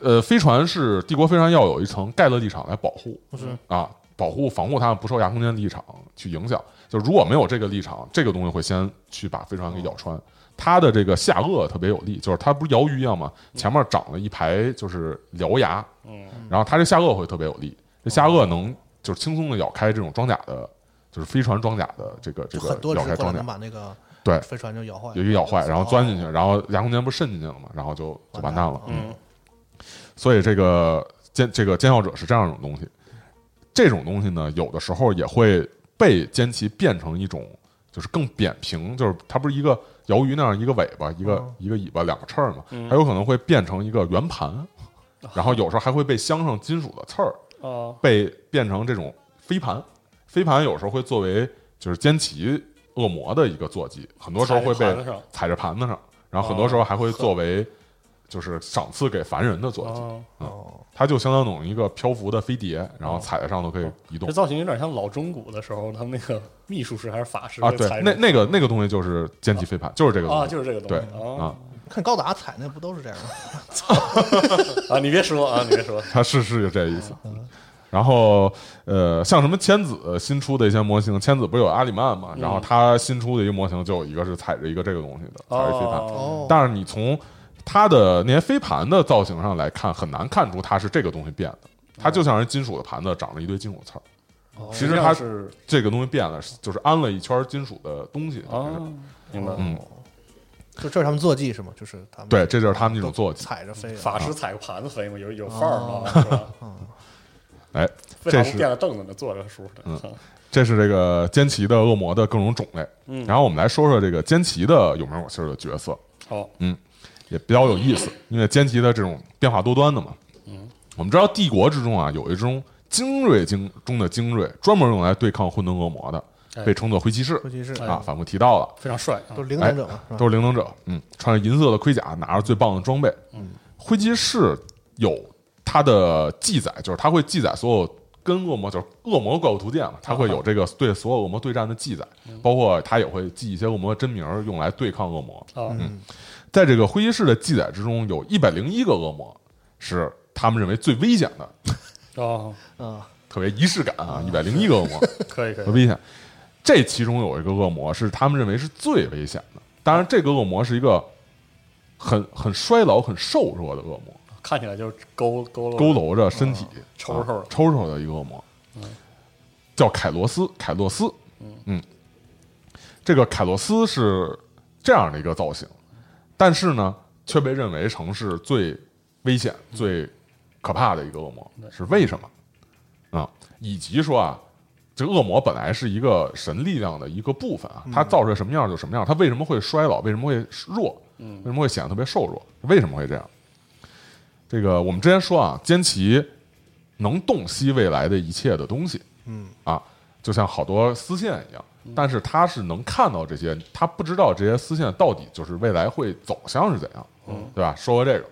Speaker 8: 呃，飞船是帝国飞船要有一层盖勒立场来保护，
Speaker 7: 不是
Speaker 8: 啊，保护防护它们不受亚空间立场去影响。就如果没有这个立场，这个东西会先去把飞船给咬穿。它的这个下颚特别有力，就是它不是鳐鱼一样嘛，前面长了一排就是獠牙，
Speaker 6: 嗯，
Speaker 8: 然后它这下颚会特别有力，这下颚能就是轻松的咬开这种装甲的，就是飞船装甲的这个这
Speaker 7: 就
Speaker 8: 个
Speaker 7: 很多
Speaker 8: 咬
Speaker 7: 只
Speaker 8: 开
Speaker 7: 过来
Speaker 8: 装甲
Speaker 7: 能，把那个
Speaker 8: 对
Speaker 7: 飞船就咬坏，哦
Speaker 8: 有一个咬坏，然后钻进去，然后亚空间不是渗进去了嘛，然后就就完蛋了。
Speaker 6: 嗯，
Speaker 8: 所以这个监这个监校者是这样一种东西，这种东西呢，有的时候也会被奸旗变成一种，就是更扁平，就是它不是一个鳐鱼那样一个尾巴，一个、一个尾巴两个翅儿嘛，
Speaker 6: 嗯
Speaker 8: 它有可能会变成一个圆盘，然后有时候还会被镶上金属的刺儿，
Speaker 6: 哦，
Speaker 8: 被变成这种飞盘。飞盘有时候会作为就是歼旗恶魔的一个坐骑，很多时候会
Speaker 6: 踩着
Speaker 8: 被
Speaker 6: 盘子上
Speaker 8: 踩着盘子上，然后很多时候还会作为就是赏赐给凡人的坐骑。
Speaker 6: 哦，
Speaker 7: 哦，
Speaker 8: 它就相当于一个漂浮的飞碟，然后踩在上头可以移动
Speaker 6: 这造型有点像老中古的时候，他们那个秘术师还是法师
Speaker 8: 啊。
Speaker 6: 会
Speaker 8: 对
Speaker 6: 踩，
Speaker 8: 那
Speaker 6: 着
Speaker 8: 那个那个东西就是歼旗飞盘，就是这个
Speaker 6: 啊，
Speaker 8: 东西
Speaker 6: 就是这个东西
Speaker 8: 对
Speaker 6: 啊
Speaker 8: 啊。
Speaker 7: 看高达踩那不都是这样吗？
Speaker 6: 啊！你别说啊，你别
Speaker 8: (laughs)
Speaker 6: 说，
Speaker 8: 它是是这意思。
Speaker 6: 嗯
Speaker 8: 然后，呃，像什么千子新出的一些模型，千子不是有阿里曼嘛？
Speaker 6: 嗯
Speaker 8: 然后它新出的一个模型就有一个是踩着一个这个东西的，踩着飞盘。
Speaker 6: 哦，
Speaker 7: 哦，
Speaker 8: 但是你从它的那些飞盘的造型上来看，很难看出它是这个东西变的。它就像是金属的盘子长了一堆金属刺儿，
Speaker 7: 哦
Speaker 8: 其实它
Speaker 6: 实际上哦是
Speaker 8: 这个东西变了，就是安了一圈金属的东西。
Speaker 6: 啊，明白，
Speaker 8: 嗯，
Speaker 7: 就这是他们坐骑是吗？就是他们
Speaker 8: 对，这就是他们那种坐骑。
Speaker 7: 踩着飞的，啊嗯
Speaker 6: 法师踩个盘子飞嘛，有有
Speaker 7: 哦
Speaker 6: 范儿
Speaker 7: (laughs)
Speaker 6: 嘛，是吧？
Speaker 8: 哎，
Speaker 6: 非
Speaker 8: 这
Speaker 6: 常垫
Speaker 8: 是嗯
Speaker 6: 着凳子呢，坐着舒服的。
Speaker 8: 这是这个歼旗的恶魔的各种种类。
Speaker 6: 嗯
Speaker 8: 然后我们来说说这个歼旗的有名有姓的角色，嗯
Speaker 6: 好，
Speaker 8: 也比较有意思，因为歼旗的这种变化多端的嘛。嗯，我们知道帝国之中啊，有一种精锐精中的精锐，专门用来对抗混沌恶魔的，
Speaker 6: 哎
Speaker 8: 被称作灰骑士。
Speaker 7: 灰骑士
Speaker 8: 啊，反复提到了。
Speaker 6: 非常帅啊
Speaker 7: 都是灵
Speaker 8: 哎
Speaker 7: 能者嘛，是吧？
Speaker 8: 都是灵能者，嗯，穿着银色的盔甲，拿着最棒的装备，嗯，灰骑士有它的记载，就是它会记载所有跟恶魔，就是恶魔怪物图鉴嘛，它会有这个对所有恶魔对战的记载，包括它也会记一些恶魔的真名儿用来对抗恶魔。
Speaker 6: 啊！
Speaker 7: 嗯
Speaker 8: 在这个灰骑士的记载之中，有一百零一个恶魔是他们认为最危险的，
Speaker 6: 哦，
Speaker 8: 嗯
Speaker 7: 啊，
Speaker 8: 特别仪式感啊，一百零一个恶魔。
Speaker 6: 可以可
Speaker 8: 和
Speaker 6: 以，
Speaker 8: 危险。这其中有一个恶魔是他们认为是最危险的，当然这个恶魔是一个很很衰老、很瘦弱的恶魔，
Speaker 6: 看起来就是佝佝偻
Speaker 8: 佝偻着身体，
Speaker 6: 抽抽
Speaker 8: 啊
Speaker 6: 的
Speaker 8: 抽抽的一个恶魔，叫凯罗斯，凯洛斯，嗯，这个凯洛斯是这样的一个造型，但是呢，却被认为成是最危险、最可怕的一个恶魔，是为什么？啊，以及说啊，这个恶魔本来是一个神力量的一个部分啊，它造出来什么样就什么样，它为什么会衰老？为什么会弱？为什么会显得特别瘦弱？为什么会这样？这个我们之前说啊，坚奇能洞悉未来的一切的东西，嗯啊，就像好多丝线一样，但是他是能看到这些，他不知道这些丝线到底就是未来会走向是怎样，嗯，对吧？说过这个，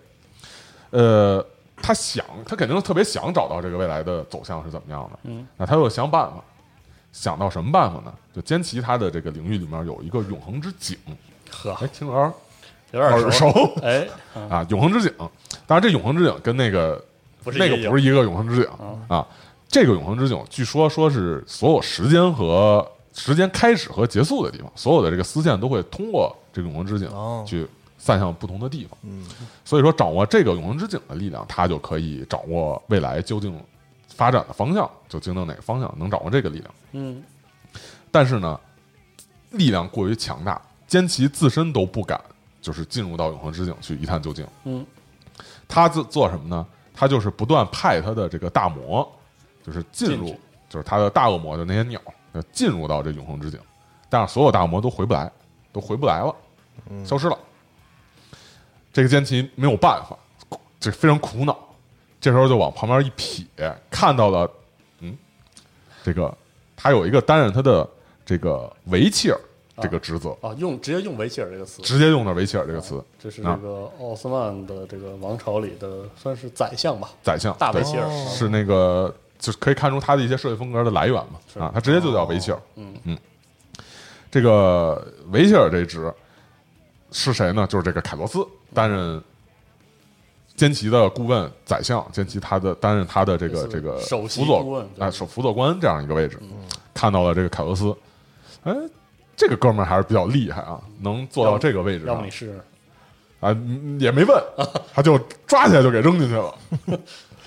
Speaker 8: 呃，他想，他肯定是特别想找到这个未来的走向是怎么样的，嗯，那他又想办法，想到什么办法呢？就坚奇他的这个领域里面有一个永恒之井，
Speaker 6: 呵，
Speaker 8: 哎，听着有点
Speaker 6: 有点
Speaker 8: 耳熟
Speaker 6: (laughs) 哎，
Speaker 8: 啊，永恒之井。当然，这永恒之井跟那个
Speaker 6: 不是
Speaker 8: 那个
Speaker 6: 一个
Speaker 8: 不是一个永恒之井啊。这个永恒之井，据说说是所有时间和时间开始和结束的地方，所有的这个丝线都会通过这个永恒之井
Speaker 7: 哦
Speaker 8: 去散向不同的地方。嗯，所以说掌握这个永恒之井的力量，它就可以掌握未来究竟发展的方向，就究竟哪个方向能掌握这个力量。
Speaker 6: 嗯，
Speaker 8: 但是呢，力量过于强大，坚奇自身都不敢，就是进入到永恒之井去一探究竟。
Speaker 6: 嗯，
Speaker 8: 他做做什么呢？他就是不断派他的这个大魔，就是进入，
Speaker 6: 进去
Speaker 8: 就是他的大恶魔，就那些鸟，就进入到这永恒之井，但是所有大恶魔都回不来，都回不来了，
Speaker 6: 嗯
Speaker 8: 消失了。这个坚奇没有办法，这非常苦恼，这时候就往旁边一瞥，看到了，嗯，这个他有一个担任他的这个维切尔这个职责，
Speaker 6: 啊，用直接用维吉尔这个词，
Speaker 8: 直接用的维切尔这个词，
Speaker 6: 这是这
Speaker 8: 啊
Speaker 6: 个奥斯曼的这个王朝里的算是宰相吧，
Speaker 8: 宰相
Speaker 6: 大维
Speaker 8: 对
Speaker 6: 切尔。
Speaker 7: 哦
Speaker 8: 是那个，就是可以看出他的一些设计风格的来源嘛。
Speaker 6: 是
Speaker 8: 啊，他直接就叫维切尔。
Speaker 6: 嗯
Speaker 8: 嗯，这个维切尔这职是谁呢？就是这个凯洛斯担任坚奇的顾问、宰相，坚奇他的担任他的这个
Speaker 6: 类似
Speaker 8: 这个
Speaker 6: 首席
Speaker 8: 辅佐
Speaker 6: 顾问嗯对
Speaker 8: 啊，首辅佐官这样一个位置。看到了这个凯洛斯，哎，这个哥们儿还是比较厉害啊，能做到这个位置
Speaker 6: 要
Speaker 8: 上
Speaker 6: 不你。试试
Speaker 8: 啊，嗯也没
Speaker 6: (laughs)
Speaker 8: 问，他就抓起来就给扔进去了。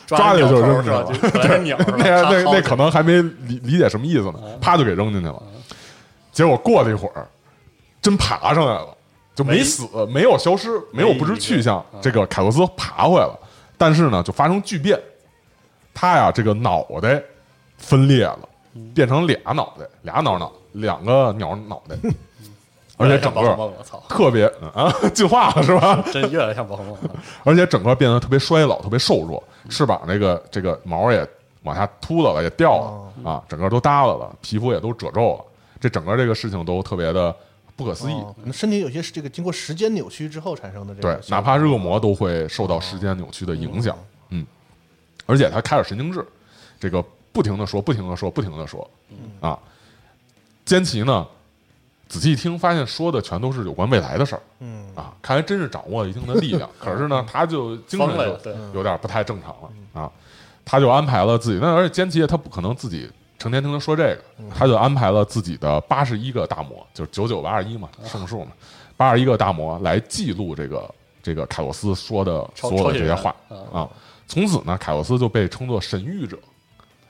Speaker 8: 抓
Speaker 6: 抓
Speaker 8: 起来
Speaker 6: 鸟
Speaker 8: 就
Speaker 6: 头
Speaker 8: 扔
Speaker 6: 是
Speaker 8: 进
Speaker 6: 吧？
Speaker 8: 去
Speaker 6: 就本来是鸟是吧，
Speaker 8: (laughs) 那样那
Speaker 6: 叉
Speaker 8: 那
Speaker 6: 薅
Speaker 8: 可能还没理理解什么意思呢，啪就给扔进去了。结果过了一会儿，真爬上来了，就没
Speaker 6: 没
Speaker 8: 死，没有消失，没有不知去向。这个嗯凯洛斯爬回来了，但是呢，就发生巨变，他呀这个脑袋分裂了，变成俩脑袋，俩脑脑，两个鸟脑袋，而且整
Speaker 6: 越来越像宝可
Speaker 8: 个
Speaker 6: 梦了，操，
Speaker 8: 特别啊 (laughs) 进化了是吧？
Speaker 6: 真越来越像宝可梦了。
Speaker 8: 而且整个变得特别衰老，特别瘦弱，翅膀那个这个毛也往下秃了了，也掉了、啊，整个都耷拉了，皮肤也都褶皱了，这整个这个事情都特别的不可思议。
Speaker 7: 哦可能身体有些是这个经过时间扭曲之后产生的这
Speaker 8: 对
Speaker 7: 个，效
Speaker 8: 哪
Speaker 7: 果，
Speaker 8: 怕热魔都会受到时间扭曲的影响。嗯，而且他开始神经质，这个不停的说，不停的说，不停的说，啊，坚奇呢，仔细一听发现说的全都是有关未来的事儿。
Speaker 7: 嗯
Speaker 8: 啊，看来真是掌握了一定的力量。可是呢，他就 (laughs) 精神
Speaker 6: 疯了
Speaker 8: 就
Speaker 6: 对
Speaker 8: 有点不太正常了啊。他就安排了自己，那而且坚奇他不可能自己成天听他说这个，
Speaker 6: 嗯
Speaker 8: 他就安排了自己的八十一个大魔，就是九九八十一嘛，
Speaker 6: 啊
Speaker 8: 圣数嘛，八十一个大魔来记录这个这个凯洛斯说的
Speaker 6: 超
Speaker 8: 所有
Speaker 6: 超
Speaker 8: 的
Speaker 6: 级
Speaker 8: 这些
Speaker 6: 人
Speaker 8: 话
Speaker 6: 啊
Speaker 8: 啊。从此呢，凯洛斯就被称作神谕者，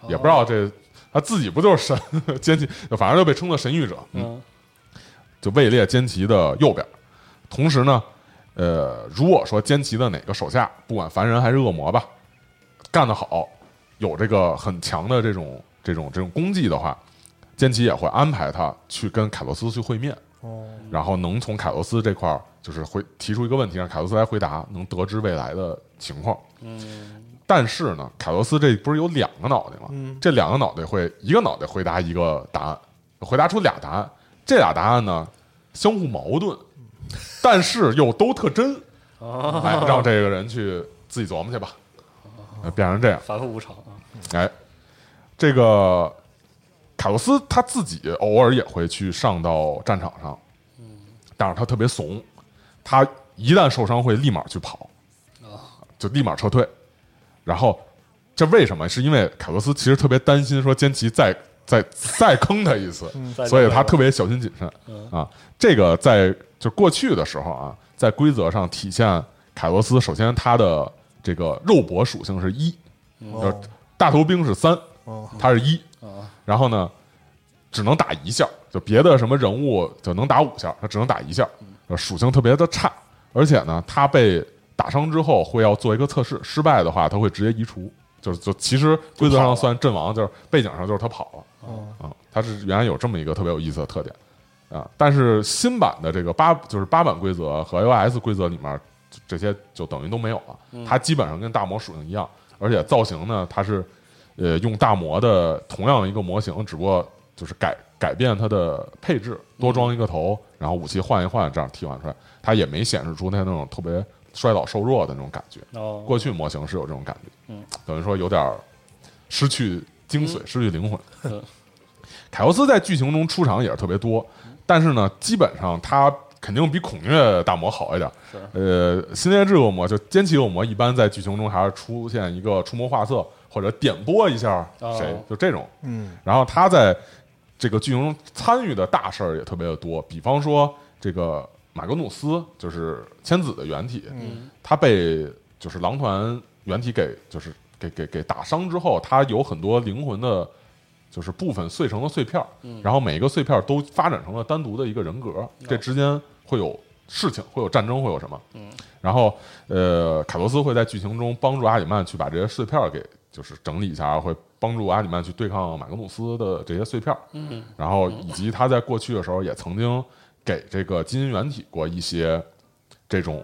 Speaker 8: 也不知道
Speaker 6: 哦
Speaker 8: 这他自己不就是神 (laughs) 坚奇，反正就被称作神谕者。嗯，
Speaker 6: 嗯，
Speaker 8: 就位列坚奇的右边。同时呢，呃，如果说坚奇的哪个手下，不管凡人还是恶魔吧，干得好，有这个很强的这种这种这种功绩的话，坚奇也会安排他去跟凯洛斯去会面，
Speaker 7: 哦，
Speaker 8: 然后能从凯洛斯这块儿就是回提出一个问题，让凯洛斯来回答，能得知未来的情况。嗯。但是呢，凯洛斯这不是有两个脑袋吗？这两个脑袋会一个脑袋回答一个答案，回答出俩答案，这俩答案呢相互矛盾，但是又都特真，哎，让这个人去自己琢磨去吧，呃变成这样。
Speaker 6: 反复无常啊，
Speaker 8: 哎，这个卡洛斯他自己偶尔也会去上到战场上，但是他特别怂，他一旦受伤会立马去跑，就立马撤退。然后这为什么？是因为卡洛斯其实特别担心说坚奇再再再坑他一次，
Speaker 6: 再
Speaker 8: 所以他
Speaker 6: 见
Speaker 8: 特别小心谨慎啊。这个在就过去的时候啊，在规则上体现凯罗斯，首先他的这个肉搏属性是一，嗯
Speaker 7: 哦
Speaker 8: 就是大头兵是三，他是一，然后呢，只能打一下，就别的什么人物就能打五下，他只能打一下，呃属性特别的差，而且呢，他被打伤之后会要做一个测试，失败的话他会直接移除，就是就其实规则上算阵亡，就是背景上就是他跑了，啊、他是原来有这么一个特别有意思的特点。啊，但是新版的这个八就是八版规则和 iOS 规则里面，这些就等于都没有了。它基本上跟大魔属性一样，而且造型呢，它是呃用大魔的同样一个模型，只不过就是改改变它的配置，多装一个头，然后武器换一换，这样替换出来，它也没显示出它那种特别衰老瘦弱的那种感觉。
Speaker 6: 然后
Speaker 8: 过去模型是有这种感觉，嗯，等于说有点儿失去精髓，失去灵魂。
Speaker 6: 嗯
Speaker 8: 凯欧斯在剧情中出场也是特别多，
Speaker 6: 嗯
Speaker 8: 但是呢，基本上他肯定比孔雀大魔好一点。
Speaker 6: 是
Speaker 8: 呃，新烈制恶魔就坚奇恶魔，一般在剧情中还是出现一个出谋划策或者点拨一下谁，
Speaker 6: 哦
Speaker 8: 就这种。
Speaker 7: 嗯，
Speaker 8: 然后他在这个剧情中参与的大事儿也特别的多，比方说这个马格努斯就是千子的原体，他被就是狼团原体给就是给给给打伤之后，他有很多灵魂的，就是部分碎成了碎片儿，然后每一个碎片儿都发展成嗯了单独的一个人格，这之间会有事情，会有战争，会有什么？然后呃，凯罗斯会在剧情中帮助阿里曼去把这些碎片儿给就是整理一下，会帮助阿里曼去对抗马格努斯的这些碎片。嗯，然后以及他在过去的时候也曾经给这个基因原体过一呃些这种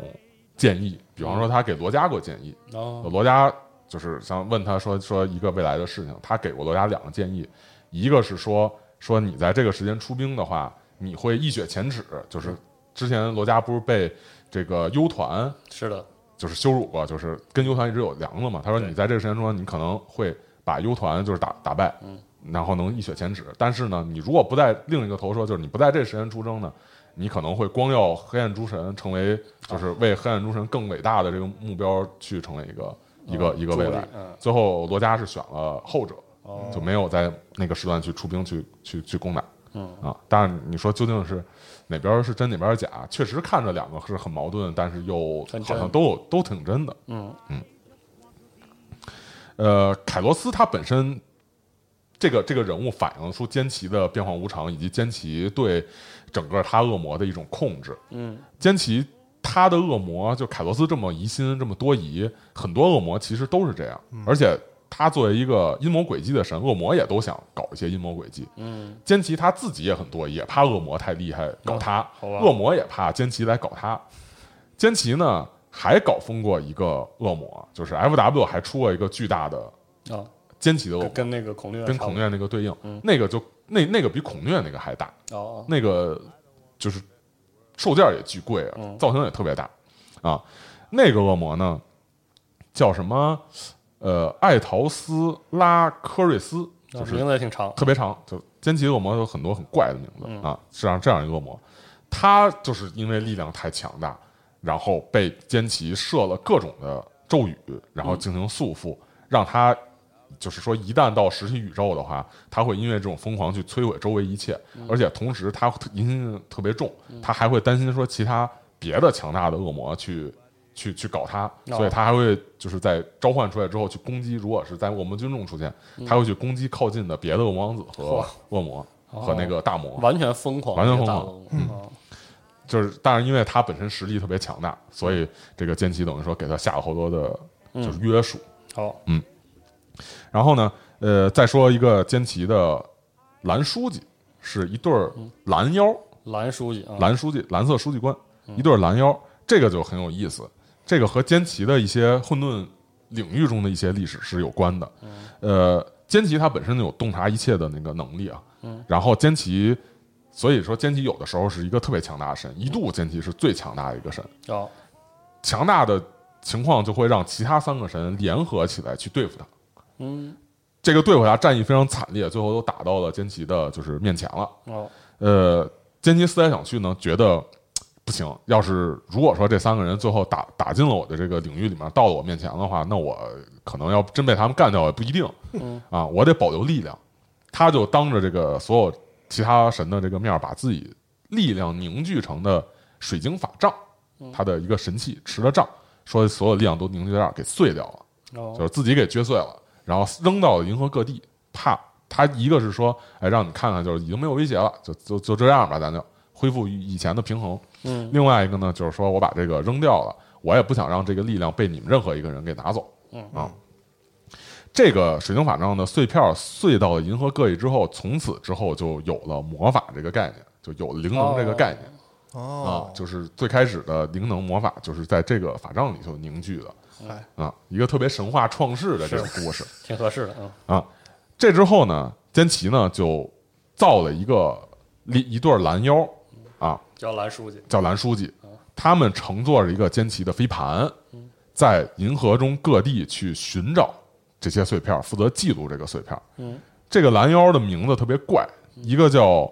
Speaker 8: 建议，比方说他给罗加过建议，
Speaker 6: 然后
Speaker 8: 罗加就是想问他说说一个未来的事情，他给过罗家两个建议，一个是说说你在这个时间出兵的话，你会一雪前耻，就是之前罗家不是被这个幽团
Speaker 6: 是的，
Speaker 8: 就是羞辱过，就是跟优团一直有梁子嘛。他说
Speaker 6: 对
Speaker 8: 你在这个时间中，你可能会把优团就是打打败，然后能一雪前耻。但是呢，你如果不在另一个头说，就是你不在这时间出征呢，你可能会光耀黑暗诸神，成为就是为黑暗诸神更伟大的这个目标去成为一个一个一个未
Speaker 6: 助力
Speaker 8: 来
Speaker 6: 嗯。
Speaker 8: 最后罗家是选了后者
Speaker 6: 哦，
Speaker 8: 就没有在那个时段去出兵去去去攻打。
Speaker 6: 嗯
Speaker 8: 啊，但是你说究竟是哪边是真哪边是假？确实看着两个是很矛盾，但是又
Speaker 6: 很
Speaker 8: 好像
Speaker 6: 真
Speaker 8: 都有都挺真的。
Speaker 6: 嗯
Speaker 8: 呃，凯罗斯他本身这个这个人物反映出坚奇的变幻无常，以及坚奇对整个他恶魔的一种控制。
Speaker 6: 嗯，
Speaker 8: 坚奇他的恶魔就凯罗斯这么疑心这么多疑，很多恶魔其实都是这样，
Speaker 6: 嗯
Speaker 8: 而且。他作为一个阴谋诡计的神，恶魔也都想搞一些阴谋诡计。
Speaker 6: 嗯，
Speaker 8: 坚奇他自己也很多疑，也怕恶魔太厉害搞他，
Speaker 6: 好吧
Speaker 8: 恶魔也怕坚奇来搞他。坚奇呢还搞疯过一个恶魔，就是 FW 还出过一个巨大的
Speaker 6: 啊，
Speaker 8: 坚奇的恶魔
Speaker 6: 跟，跟那个孔令
Speaker 8: 跟孔
Speaker 6: 令
Speaker 8: 虐那个对应，
Speaker 6: 嗯
Speaker 8: 那个就那那个比孔虐那个还大，
Speaker 6: 哦，
Speaker 8: 那个就是售价也巨贵啊，
Speaker 6: 嗯
Speaker 8: 造型也特别大啊。那个恶魔呢，叫什么？呃，艾陶斯拉科瑞斯，
Speaker 6: 那
Speaker 8: 就
Speaker 6: 哦
Speaker 8: 是
Speaker 6: 名字也挺长，
Speaker 8: 特别长，就奸奇恶魔有很多很怪的名字、
Speaker 6: 嗯
Speaker 8: 啊，是让这样一个恶魔，他就是因为力量太强大，然后被奸奇设了各种的咒语，
Speaker 6: 嗯
Speaker 8: 然后进行束缚，让他就是说一旦到实体宇宙的话，他会因为这种疯狂去摧毁周围一切，
Speaker 6: 嗯
Speaker 8: 而且同时他疑心特别重，他还会担心说其他别的强大的恶魔去。去去搞他，
Speaker 6: 哦
Speaker 8: 所以他还会就是在召唤出来之后去攻击。如果是在我们军中出现，他会去攻击靠近的别的恶魔王子和
Speaker 6: 嚯
Speaker 8: 恶魔和那个大魔。
Speaker 6: 完全疯狂，
Speaker 8: 完全
Speaker 6: 这个大
Speaker 8: 疯
Speaker 6: 恶魔啊
Speaker 8: 就是，但是因为他本身实力特别强大，所以这个剑奇等于说给他下了好多的就是约束。
Speaker 6: 好，
Speaker 8: 然后呢，呃，再说一个坚奇的蓝书记，是一对儿蓝妖，
Speaker 6: 蓝书记啊，
Speaker 8: 蓝书记，蓝色书记官，一对儿蓝妖，这个就很有意思。这个和坚奇的一些混沌领域中的一些历史是有关的。呃，坚奇他本身就有洞察一切的那个能力啊。然后坚奇，所以说坚奇有的时候是一个特别强大的神，一度坚奇是最强大的一个神。
Speaker 6: 哦，
Speaker 8: 强大的情况就会让其他三个神联合起来去对付他。
Speaker 6: 嗯，
Speaker 8: 这个对付他战役非常惨烈，最后都打到了坚奇的就是面前了。
Speaker 6: 哦，
Speaker 8: 呃，坚尼思来想去呢，觉得不行。要是如果说这三个人最后打打进了我的这个领域里面，到了我面前的话，那我可能要真被他们干掉也不一定。啊，我得保留力量。他就当着这个所有其他神的这个面儿，把自己力量凝聚成的水晶法杖，他的一个神器持的杖，说所有力量都凝聚在这儿给碎掉了。就
Speaker 6: 哦，
Speaker 8: 是自己给撅碎了，然后扔到银河各地，怕他一个是说，哎，让你看看，就是已经没有威胁了，就就就这样吧，咱就恢复以前的平衡。
Speaker 6: 嗯，
Speaker 8: 另外一个呢，就是说我把这个扔掉了，我也不想让这个力量被你们任何一个人给拿走。
Speaker 6: 嗯
Speaker 8: 啊，这个水晶法杖的碎片儿碎到了银河各地之后，从此之后就有了魔法这个概念，就有了灵能这个概念。啊
Speaker 7: 哦，，
Speaker 8: 就是最开始的灵能魔法，就是在这个法杖里头凝聚
Speaker 7: 嗨
Speaker 8: 的，啊，一个特别神话创世的这个故事。
Speaker 6: 挺合适的，嗯，
Speaker 8: 这之后呢，坚奇呢就造了一个一一对儿蓝妖啊，
Speaker 6: 叫蓝书记，
Speaker 8: 叫蓝书记，他们乘坐着一个坚奇的飞盘，在银河中各地去寻找这些碎片儿，负责记录这个碎片儿。
Speaker 6: 嗯
Speaker 8: 这个蓝妖的名字特别怪，一个叫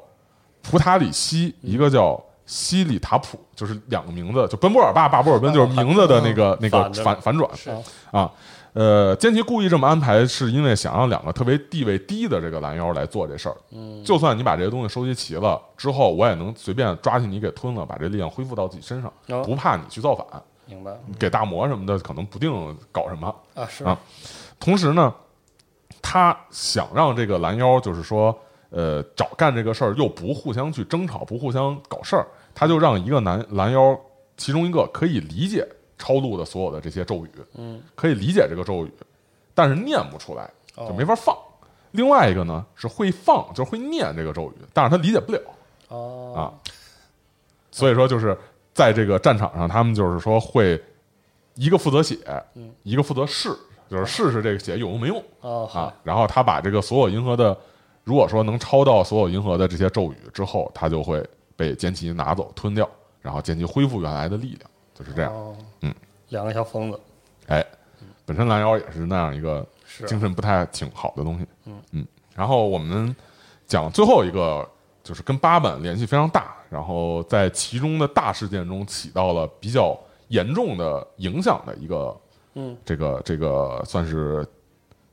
Speaker 8: 普塔里西，一个叫西里塔普，就是两个名字，就奔波尔巴巴波尔奔，就是名字的那个那个
Speaker 6: 嗯反着
Speaker 8: 反反转
Speaker 6: 是
Speaker 8: 啊。呃，坚奇故意这么安排，是因为想让两个特别地位低的这个蓝妖来做这事儿。嗯，就算你把这些东西收集齐了之后，我也能随便抓起你给吞了，把这力量恢复到自己身上，
Speaker 6: 哦
Speaker 8: 不怕你去造反，
Speaker 6: 明白
Speaker 8: 给大魔什么的可能不定搞什么。
Speaker 6: 啊，是
Speaker 8: 啊同时呢，他想让这个拦腰，就是说，呃，找干这个事儿又不互相去争吵，不互相搞事儿，他就让一个男拦腰其中一个可以理解超度的所有的这些咒语，
Speaker 6: 嗯，
Speaker 8: 可以理解这个咒语，但是念不出来，
Speaker 6: 哦
Speaker 8: 就没法放。另外一个呢是会放，就是会念这个咒语，但是他理解不了，
Speaker 6: 哦，
Speaker 8: 啊，所以说就是在这个战场上，他们就是说会一个负责写，一个负责试，就是试试这个血有用没用
Speaker 6: 哦，
Speaker 8: 啊
Speaker 6: 好，。
Speaker 8: 然后他把这个所有银河的，如果说能超到所有银河的这些咒语之后，他就会被剑奇拿走吞掉，然后剑奇恢复原来的力量，就是这样。
Speaker 6: 哦，
Speaker 8: 嗯，
Speaker 6: 两个小疯子
Speaker 8: 哎，本身蓝妖也是那样一个
Speaker 6: 是
Speaker 8: 精神不太挺好的东西。嗯然后我们讲最后一个，就是跟八本联系非常大，然后在其中的大事件中起到了比较严重的影响的一个，
Speaker 6: 嗯，
Speaker 8: 这个这个算是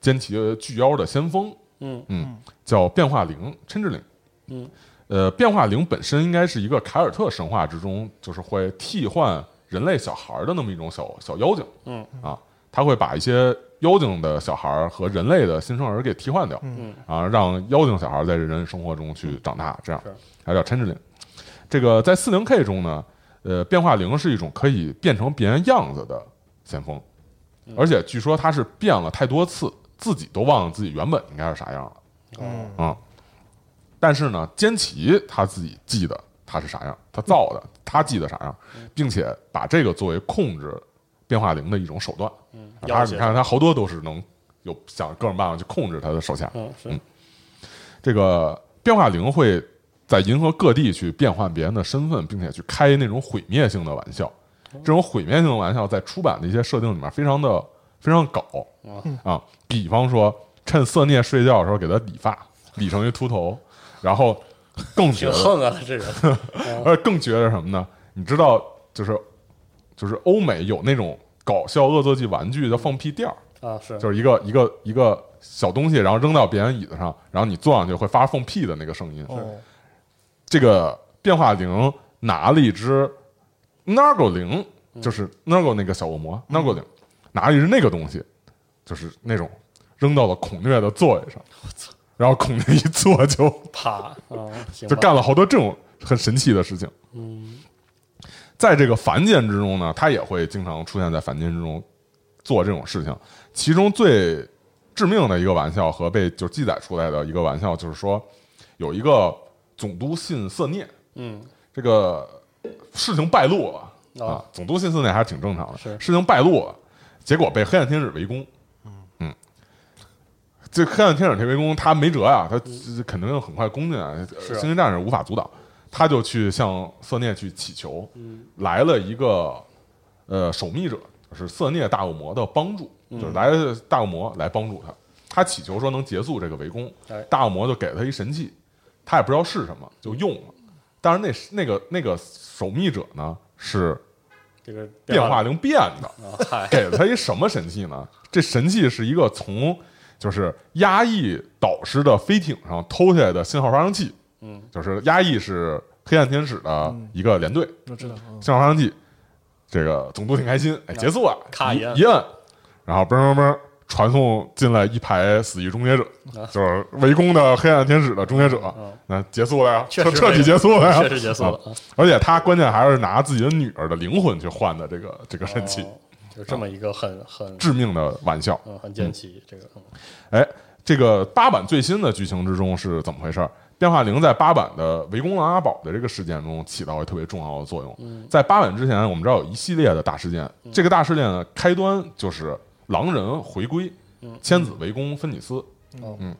Speaker 8: 坚奇巨妖的先锋，
Speaker 6: 嗯
Speaker 8: 嗯，叫变化灵琛之灵。
Speaker 6: 嗯，
Speaker 8: 呃，变化灵本身应该是一个凯尔特神话之中，就是会替换人类小孩儿的那么一种小小妖精。
Speaker 6: 嗯
Speaker 8: 啊，他会把一些妖精的小孩儿和人类的新生儿给替换掉，
Speaker 7: 嗯
Speaker 8: 啊，让妖精小孩儿在人类生活中去长大，这样
Speaker 6: 是
Speaker 8: 还叫 changeling。这个在四零 K 中呢，呃，变化灵是一种可以变成别人样子的先锋，而且据说他是变了太多次，自己都忘了自己原本应该是啥样了。
Speaker 6: 哦
Speaker 7: 嗯
Speaker 8: 嗯，但是呢，坚奇他自己记得他是啥样，他造的，他记得啥样，并且把这个作为控制变化灵的一种手段。嗯，他
Speaker 6: 要
Speaker 8: 你
Speaker 6: 挟
Speaker 8: 看他好多都是能有想各种办法去控制他的手下。
Speaker 6: 嗯是
Speaker 8: 这个变化灵会在银河各地去变换别人的身份，并且去开那种毁灭性的玩笑。这种毁灭性的玩笑在出版的一些设定里面非常的非常搞啊，比方说趁色聂睡觉的时候给他理发，理成一秃头，然后更觉
Speaker 6: 挺 (laughs)
Speaker 8: 得
Speaker 6: 横啊，这人
Speaker 8: (laughs) 而且更觉得什么呢？你知道，就是就是欧美有那种搞笑恶作剧玩具叫放屁垫儿，
Speaker 6: 啊是
Speaker 8: 就是一个一个一个小东西，然后扔到别人椅子上，然后你坐上去会发放屁的那个声音。
Speaker 7: 哦，
Speaker 8: 这个变化灵拿了一只 Nargo 灵，就是 Nargo 那个小恶魔 Nargo 灵，拿了一只那个东西，就是那种扔到了孔虐的座位上，然后孔虐一坐就。
Speaker 6: 啪啊，行
Speaker 8: 就
Speaker 6: 吧
Speaker 8: 干了好多这种很神奇的事情。嗯，在这个凡间之中呢，他也会经常出现在凡间之中做这种事情。其中最致命的一个玩笑和被就记载出来的一个玩笑，就是说有一个总督信色聂，
Speaker 6: 嗯
Speaker 8: 这个事情败露了、
Speaker 6: 哦
Speaker 8: 啊，总督信色聂还是挺正常的。
Speaker 6: 是
Speaker 8: 事情败露了，结果被黑暗天使围攻。嗯这黑暗天使这围攻，他没辙呀、他这肯定很快攻进来，呃
Speaker 6: 是
Speaker 8: 星际战士无法阻挡，他就去向色聂去祈求，来了一个呃守密者，是色聂大恶魔的帮助，就是来了大恶魔来帮助他，他祈求说能结束这个围攻
Speaker 6: 哎，
Speaker 8: 大恶魔就给了他一神器，他也不知道是什么，就用了。但是那那个那个守密者呢是
Speaker 6: 这个
Speaker 8: 变化灵变的，
Speaker 6: 啊嗨
Speaker 8: (laughs) 给了他一什么神器呢？这神器是一个从就是压抑导师的飞艇上偷下来的信号发生器。
Speaker 6: 嗯，
Speaker 8: 就是压抑是黑暗天使的一个连队，
Speaker 7: 我知道，嗯
Speaker 8: 信号发生器。这个总督挺开心，哎，结束了，
Speaker 6: 咔
Speaker 8: 一
Speaker 6: 一摁
Speaker 8: 一摁，然后嘣嘣嘣，传送进来一排死翼终结者，
Speaker 6: 啊
Speaker 8: 就是围攻的黑暗天使的终结者。
Speaker 6: 嗯
Speaker 8: 那结束了呀，
Speaker 6: 确
Speaker 8: 彻
Speaker 6: 实
Speaker 8: 彻底
Speaker 6: 没
Speaker 8: 结束了呀，
Speaker 6: 确实结束了
Speaker 8: 啊。而且他关键还是拿自己的女儿的灵魂去换的这个这个神器，
Speaker 6: 哦就这么一个
Speaker 8: 啊
Speaker 6: 很很
Speaker 8: 致命的玩笑。
Speaker 6: 嗯很剑奇这个嗯
Speaker 8: 哎，这个八版最新的剧情之中是怎么回事儿？变化灵在八版的围攻琅琊堡的这个事件中起到了特别重要的作
Speaker 6: 嗯
Speaker 8: 用。在八版之前，我们知道有一系列的大事件，这个大事件的开端就是狼人回归，
Speaker 6: 嗯
Speaker 8: 千子围攻芬尼斯。
Speaker 6: 哦
Speaker 8: 嗯，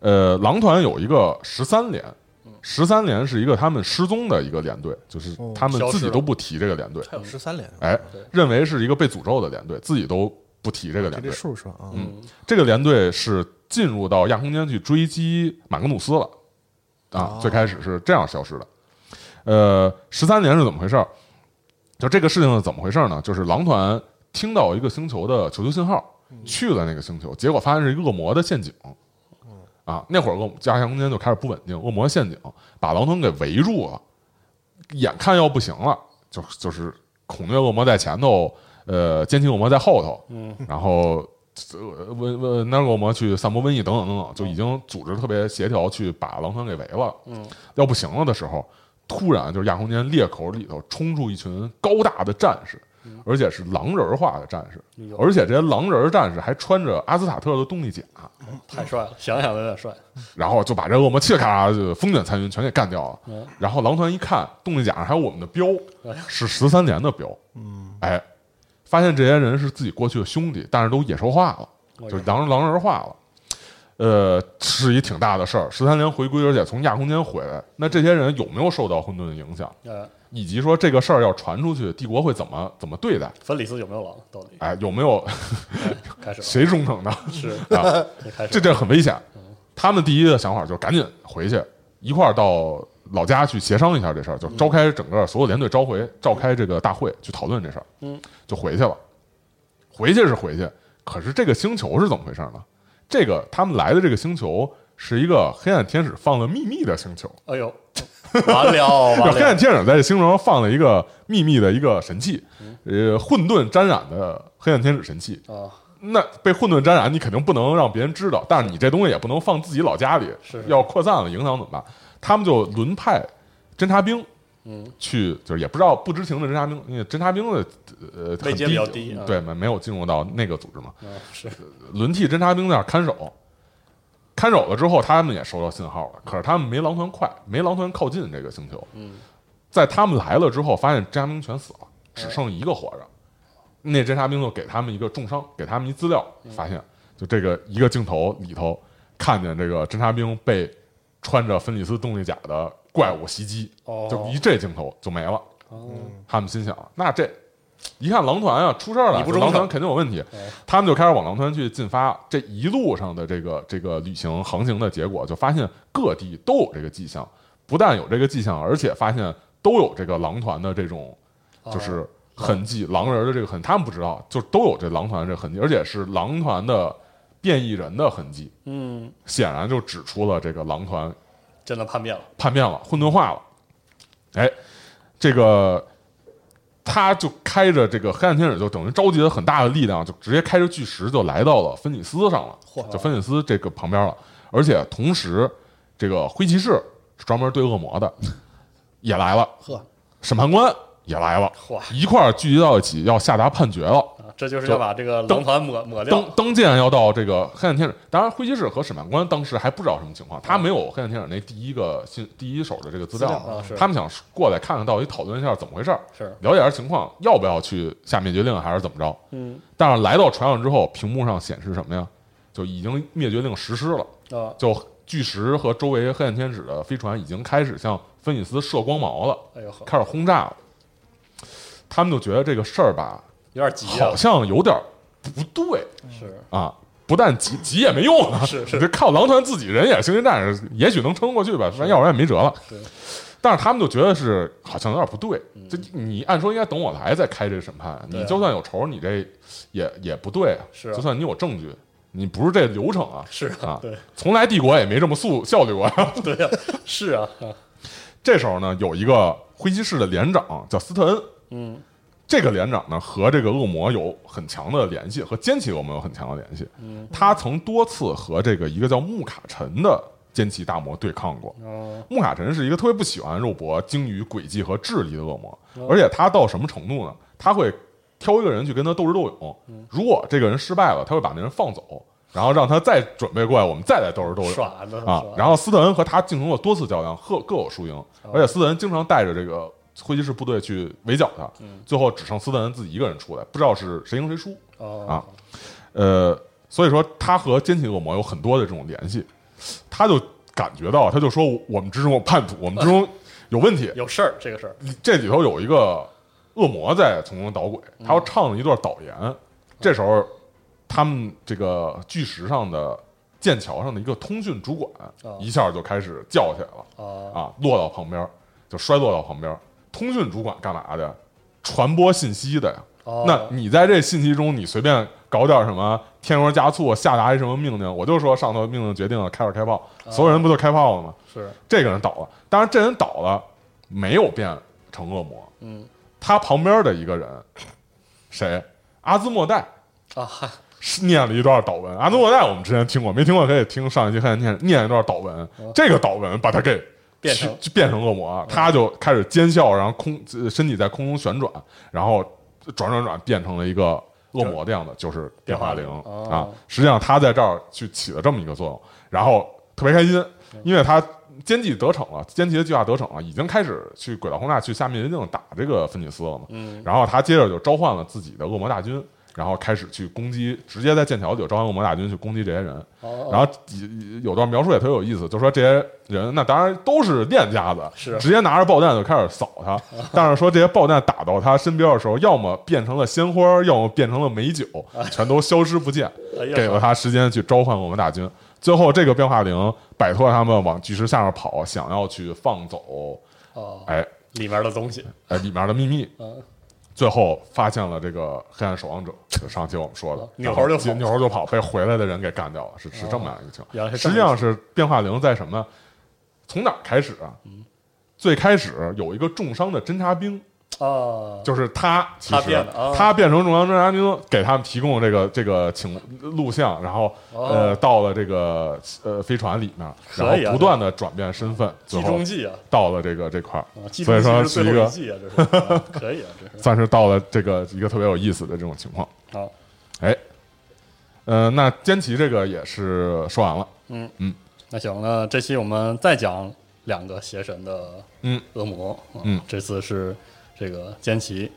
Speaker 8: 呃，狼团有一个十三连。
Speaker 6: 嗯
Speaker 8: 十三连是一个他们失踪的一个连队，就是他们
Speaker 6: 消
Speaker 8: 自己
Speaker 6: 失了
Speaker 8: 都不提这个连队，
Speaker 6: 嗯
Speaker 9: 还有十三连，
Speaker 8: 哎，认为是一个被诅咒的连队，自己都不提这个
Speaker 9: 这
Speaker 8: 连
Speaker 9: 这
Speaker 8: 队。
Speaker 9: 数是吧？啊，
Speaker 8: 嗯
Speaker 6: 嗯
Speaker 8: 这个连队是进入到亚空间去追击马格努斯了啊，最开始是这样消失的。呃，十三连是怎么回事儿？就这个事情是怎么回事儿呢？就是狼团听到一个星球的求救信号，去了那个星球，结果发现是一个恶魔的陷阱。啊，那会儿恶加亚空间就开始不稳定，恶魔陷阱把狼团给围住了，眼看要不行了，就就是恐虐恶魔在前头，呃，奸情恶魔在后头，嗯，然后呃瘟瘟那个恶魔去散播瘟疫等等等等，就已经组织特别协调去把狼团给围了。嗯，要不行了的时候，突然就是亚空间裂口里头冲出一群高大的战士，而且是狼人化的战士，
Speaker 6: 呦
Speaker 8: 嗯而且这些狼人战士还穿着阿兹塔特的动力甲，
Speaker 6: 太帅了，想想都有点帅，
Speaker 8: 然后就把这恶魔嘁咔啊就风卷残云全给干掉了。
Speaker 6: 嗯
Speaker 8: 然后狼团一看，动力甲上还有我们的标，是十三连的标。嗯，哎，发现这些人是自己过去的兄弟，但是都野兽化了。
Speaker 6: 我
Speaker 8: 就是狼人狼人化了。呃，是一挺大的事儿。十三连回归，而且从亚空间回来，那这些人有没有受到混沌的影响，
Speaker 6: 呃，
Speaker 8: 以及说这个事儿要传出去，帝国会怎么怎么对待？
Speaker 6: 粉里斯有没有狼？到底
Speaker 8: 哎，有没有 (laughs)
Speaker 6: 开始了
Speaker 8: 谁忠诚的？
Speaker 6: 是
Speaker 8: (laughs) 啊，
Speaker 6: 开始
Speaker 8: 这
Speaker 6: 了
Speaker 8: 这很危险。他们第一个想法就是赶紧回去，一块儿到老家去协商一下这事儿，就召开整个所有连队召回，召开这个大会去讨论这事儿。
Speaker 6: 嗯，
Speaker 8: 就回去了。回去是回去，可是这个星球是怎么回事呢？这个他们来的这个星球是一个黑暗天使放了秘密的星球， (laughs)
Speaker 6: 哎呦，完了
Speaker 8: 就
Speaker 6: 完
Speaker 8: 黑暗
Speaker 6: 了，
Speaker 8: 天使在这星球上放了一个秘密的一个神器，呃，混沌沾染的黑暗天使神器。
Speaker 6: 啊，
Speaker 8: 那被混沌沾染，你肯定不能让别人知道，但是你这东西也不能放自己老家里，
Speaker 6: 是
Speaker 8: 要扩散了影响怎么办？他们就轮派侦察兵，
Speaker 6: 嗯，
Speaker 8: 去就是也不知道不知情的侦察兵，因为侦察兵的呃
Speaker 6: 位
Speaker 8: 很
Speaker 6: 阶比较低啊
Speaker 8: 对，没没有进入到那个组织嘛，
Speaker 6: 嗯是
Speaker 8: 轮替侦察兵在那儿看守，看守了之后，他们也收到信号了，可是他们没狼团快，没狼团靠近这个星球。
Speaker 6: 嗯，
Speaker 8: 在他们来了之后，发现侦察兵全死了，只剩一个活着。那侦察兵就给他们一个重伤，给他们一资料，发现就这个一个镜头里头看见这个侦察兵被穿着芬里斯动力甲的怪物袭击，
Speaker 6: 哦
Speaker 8: 就一这镜头就没了。他们心想，那这一看狼团啊出事儿了，
Speaker 6: 你不哎
Speaker 8: 这
Speaker 6: 忠
Speaker 8: 狼
Speaker 6: 诚
Speaker 8: 团肯定有问题。他们就开始往狼团去进发。这一路上的这个这个旅行航行的结果，就发现各地都有这个迹象，不但有这个迹象，而且发现都有这个狼团的这种
Speaker 6: 哦
Speaker 8: 就是痕迹，狼人的这个痕，他们不知道，就都有这狼团的这个痕迹，而且是狼团的变异人的痕迹，
Speaker 6: 嗯，
Speaker 8: 显然就指出了这个狼团
Speaker 6: 真的叛变了，
Speaker 8: 叛变了，混沌化了。哎，这个他就开着这个黑暗天使，就等于召集了很大的力量，就直接开着巨石就来到了芬尼斯上了，就芬尼斯这个旁边了。而且同时，这个灰骑士是专门对恶魔的也来了，
Speaker 7: 呵，
Speaker 8: 审判官也来了
Speaker 6: 哇，
Speaker 8: 一块儿聚集到一起要下达判决了。
Speaker 6: 啊这就是
Speaker 8: 就
Speaker 6: 要把这个狼团抹抹
Speaker 8: 登
Speaker 6: 掉，
Speaker 8: 登舰要到这个黑暗天使，当然灰骑士和审判官当时还不知道什么情况，他没有黑暗天使那第一个信第一手的这嗯个资料，
Speaker 7: 资料
Speaker 6: 啊是
Speaker 8: 他们想过来看看到底讨论一下怎么回事儿，
Speaker 6: 是
Speaker 8: 了解下情况，要不要去下灭绝令还是怎么着？
Speaker 6: 嗯
Speaker 8: 但是来到船上之后，屏幕上显示什么呀？就已经灭绝令实施了，
Speaker 6: 啊，
Speaker 8: 就巨石和周围黑暗天使的飞船已经开始向芬尼斯射光芒了，
Speaker 6: 哎呦呵，
Speaker 8: 开始轰炸了。他们就觉得这个事儿吧，
Speaker 6: 有点急啊
Speaker 8: 好，像有点儿不对，
Speaker 6: 是
Speaker 8: 啊，不但急急也没用啊，
Speaker 6: 是是
Speaker 8: 你这靠狼团自己人也星际战士，也许能撑过去吧，要不然也没辙了
Speaker 6: 是。嗯
Speaker 8: 但是他们就觉得是好像有点不对，就你按说应该等我来再开这审判，
Speaker 6: 对啊
Speaker 8: 你就算有仇，你这也也不对啊，
Speaker 6: 是啊
Speaker 8: 就算你有证据，你不是这流程啊，
Speaker 6: 是
Speaker 8: 啊
Speaker 6: 对
Speaker 8: 从来帝国也没这么速效率过呀。
Speaker 6: 对呀，是啊，啊
Speaker 8: 这时候呢，有一个灰骑士的连长叫斯特恩，
Speaker 6: 嗯，
Speaker 8: 这个连长呢和这个恶魔有很强的联系，和奸奇恶魔有很强的联系。嗯，他曾多次和这个一个叫穆卡臣的奸奇大魔对抗过。
Speaker 6: 哦
Speaker 8: 穆卡臣是一个特别不喜欢肉搏、精于诡计和智力的恶魔，
Speaker 6: 哦
Speaker 8: 而且他到什么程度呢？他会挑一个人去跟他斗智斗勇，
Speaker 6: 嗯
Speaker 8: 如果这个人失败了，他会把那人放走，然后让他再准备过来，我们再来斗智斗勇。
Speaker 6: 耍的
Speaker 8: 啊。然后斯特恩和哦他进行了多次较量，各各有输赢，而且斯特恩经常带着这个灰骑士部队去围剿他，最后只剩斯特恩自己一个人出来，不知道是谁赢谁输。
Speaker 6: 后
Speaker 8: 啊，呃，所以说他和奸情恶魔有很多的这种联系，他就感觉到，他就说我我们之中有叛徒，我们之中有问题，
Speaker 6: 有事儿这个事儿，
Speaker 8: 这里头有一个恶魔在从中捣鬼，他
Speaker 6: 嗯
Speaker 8: 要唱了一段导言。这时候，他们这个巨石上的剑桥上的一个通讯主管，
Speaker 6: 哦
Speaker 8: 一下就开始叫起来了。
Speaker 6: 啊
Speaker 8: 啊，落到旁边儿，就摔落到旁边儿。通讯主管干嘛的呀？传播信息的呀。
Speaker 6: 哦
Speaker 8: 那你在这信息中，你随便搞点什么添油加醋，下达一什么命令，我就说上头命令决定了，开始开炮，
Speaker 6: 哦
Speaker 8: 所有人不就开炮了吗？
Speaker 6: 是
Speaker 8: 这个人倒了，当然这人倒了，没有变成恶魔。
Speaker 6: 嗯，
Speaker 8: 他旁边的一个人，谁？阿兹莫代
Speaker 6: 啊，嗨
Speaker 8: 是念了一段祷文。阿兹莫代我们之前听过，没听过可以听上一期看念念一段祷文。这个祷文把他给
Speaker 6: 变成
Speaker 8: 去变成恶魔啊，他就开始尖笑，然后空呃身体在空中旋转，然后转转转变成了一个恶魔的样子，就是变化灵
Speaker 6: 变化灵哦
Speaker 8: 啊。实际上他在这儿去起了这么一个作用，然后特别开心，因为他奸计得逞了，奸计的计划得逞了，已经开始去轨道轰炸去下面决定打这个芬尼斯了嘛。然后他接着就召唤了自己的恶魔大军，然后开始去攻击，直接在剑桥就有召唤恶魔大军去攻击这些人。
Speaker 6: 哦
Speaker 8: 然后有有段描述也特别有意思，就说这些人那当然都是练家子，
Speaker 6: 是
Speaker 8: 直接拿着爆弹就开始扫 (laughs) 他。但是说这些爆弹打到他身边的时候，要么变成了鲜花，要么变成了美 (laughs) 酒，全都消失不见
Speaker 6: 哎呀，
Speaker 8: 啊 (laughs) 给了他时间去召唤我们大军。最后这个变化灵摆脱了他们，往巨石下面跑，想要去放走，
Speaker 6: 哦，
Speaker 8: 哎
Speaker 6: 里面的东西，
Speaker 8: 哎里面的秘密 (laughs)
Speaker 6: 嗯。
Speaker 8: 最后发现了这个黑暗守望者，就上期我们说的，
Speaker 6: 扭头就跑
Speaker 8: 然后扭嗯头就跑，被回来的人给干掉了，是是这么样一个情
Speaker 6: 原来
Speaker 8: 况。
Speaker 6: 是
Speaker 8: 实
Speaker 6: 这么
Speaker 8: 际上是变化灵在什么？从哪儿开始啊？
Speaker 6: 嗯
Speaker 8: 最开始有一个重伤的侦察兵，
Speaker 6: 啊，
Speaker 8: 就是他，其
Speaker 6: 他
Speaker 8: 实
Speaker 6: 变的啊
Speaker 8: 他变成中央侦察兵，给他们提供这个这个请录像，然后呃到了这个呃飞船里面，
Speaker 6: 哦可
Speaker 8: 然
Speaker 6: 以啊
Speaker 8: 后不断的转变身份，最
Speaker 6: 计
Speaker 8: 后
Speaker 6: 中计啊，
Speaker 8: 到了这个这块儿
Speaker 6: 啊，计
Speaker 8: 所
Speaker 6: 中
Speaker 8: 以
Speaker 6: 计是最
Speaker 8: 说是一
Speaker 6: 后一
Speaker 8: 个
Speaker 6: 计啊，这是啊可以啊，这是
Speaker 8: 算是到了这个一个特别有意思的这种情况。
Speaker 6: 好，
Speaker 8: 哎，呃，那坚奇这个也是说完了，
Speaker 6: 那行，那这期我们再讲两个邪神的
Speaker 8: 嗯
Speaker 6: 恶魔，啊
Speaker 8: 嗯
Speaker 6: 这次是这个坚奇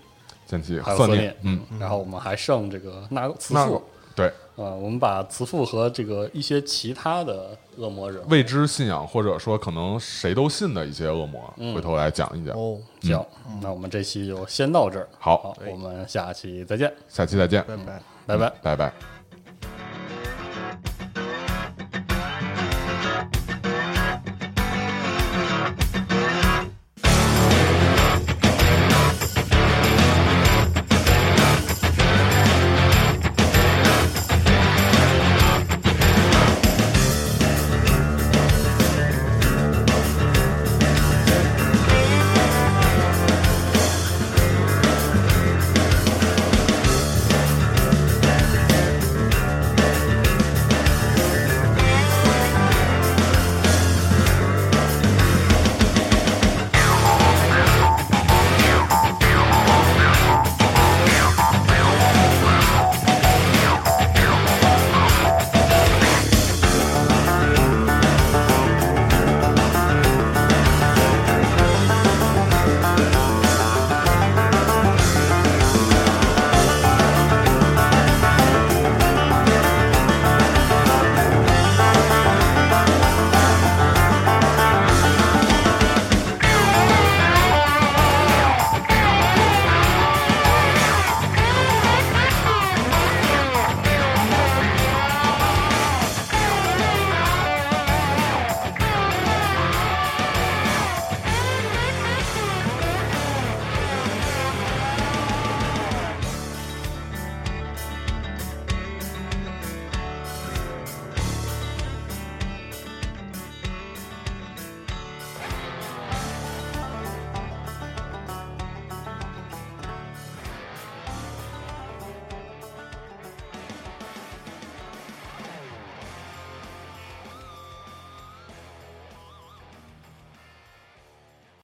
Speaker 8: 坚奇
Speaker 6: 还有
Speaker 8: 算
Speaker 6: 色
Speaker 8: 命，嗯，，
Speaker 6: 然后我们还剩这个纳慈
Speaker 8: 那
Speaker 6: 父，
Speaker 8: 对
Speaker 6: 啊，我们把慈父和这个一些其他的恶魔人物
Speaker 8: 未知信仰或者说可能谁都信的一些恶魔，回头来讲一讲。
Speaker 7: 嗯哦，
Speaker 6: 行，那我们这期就先到这儿。
Speaker 8: 嗯好
Speaker 6: 好，我们下期再见，
Speaker 8: 下期再见，
Speaker 7: 拜拜。
Speaker 6: 拜拜。
Speaker 8: 拜拜。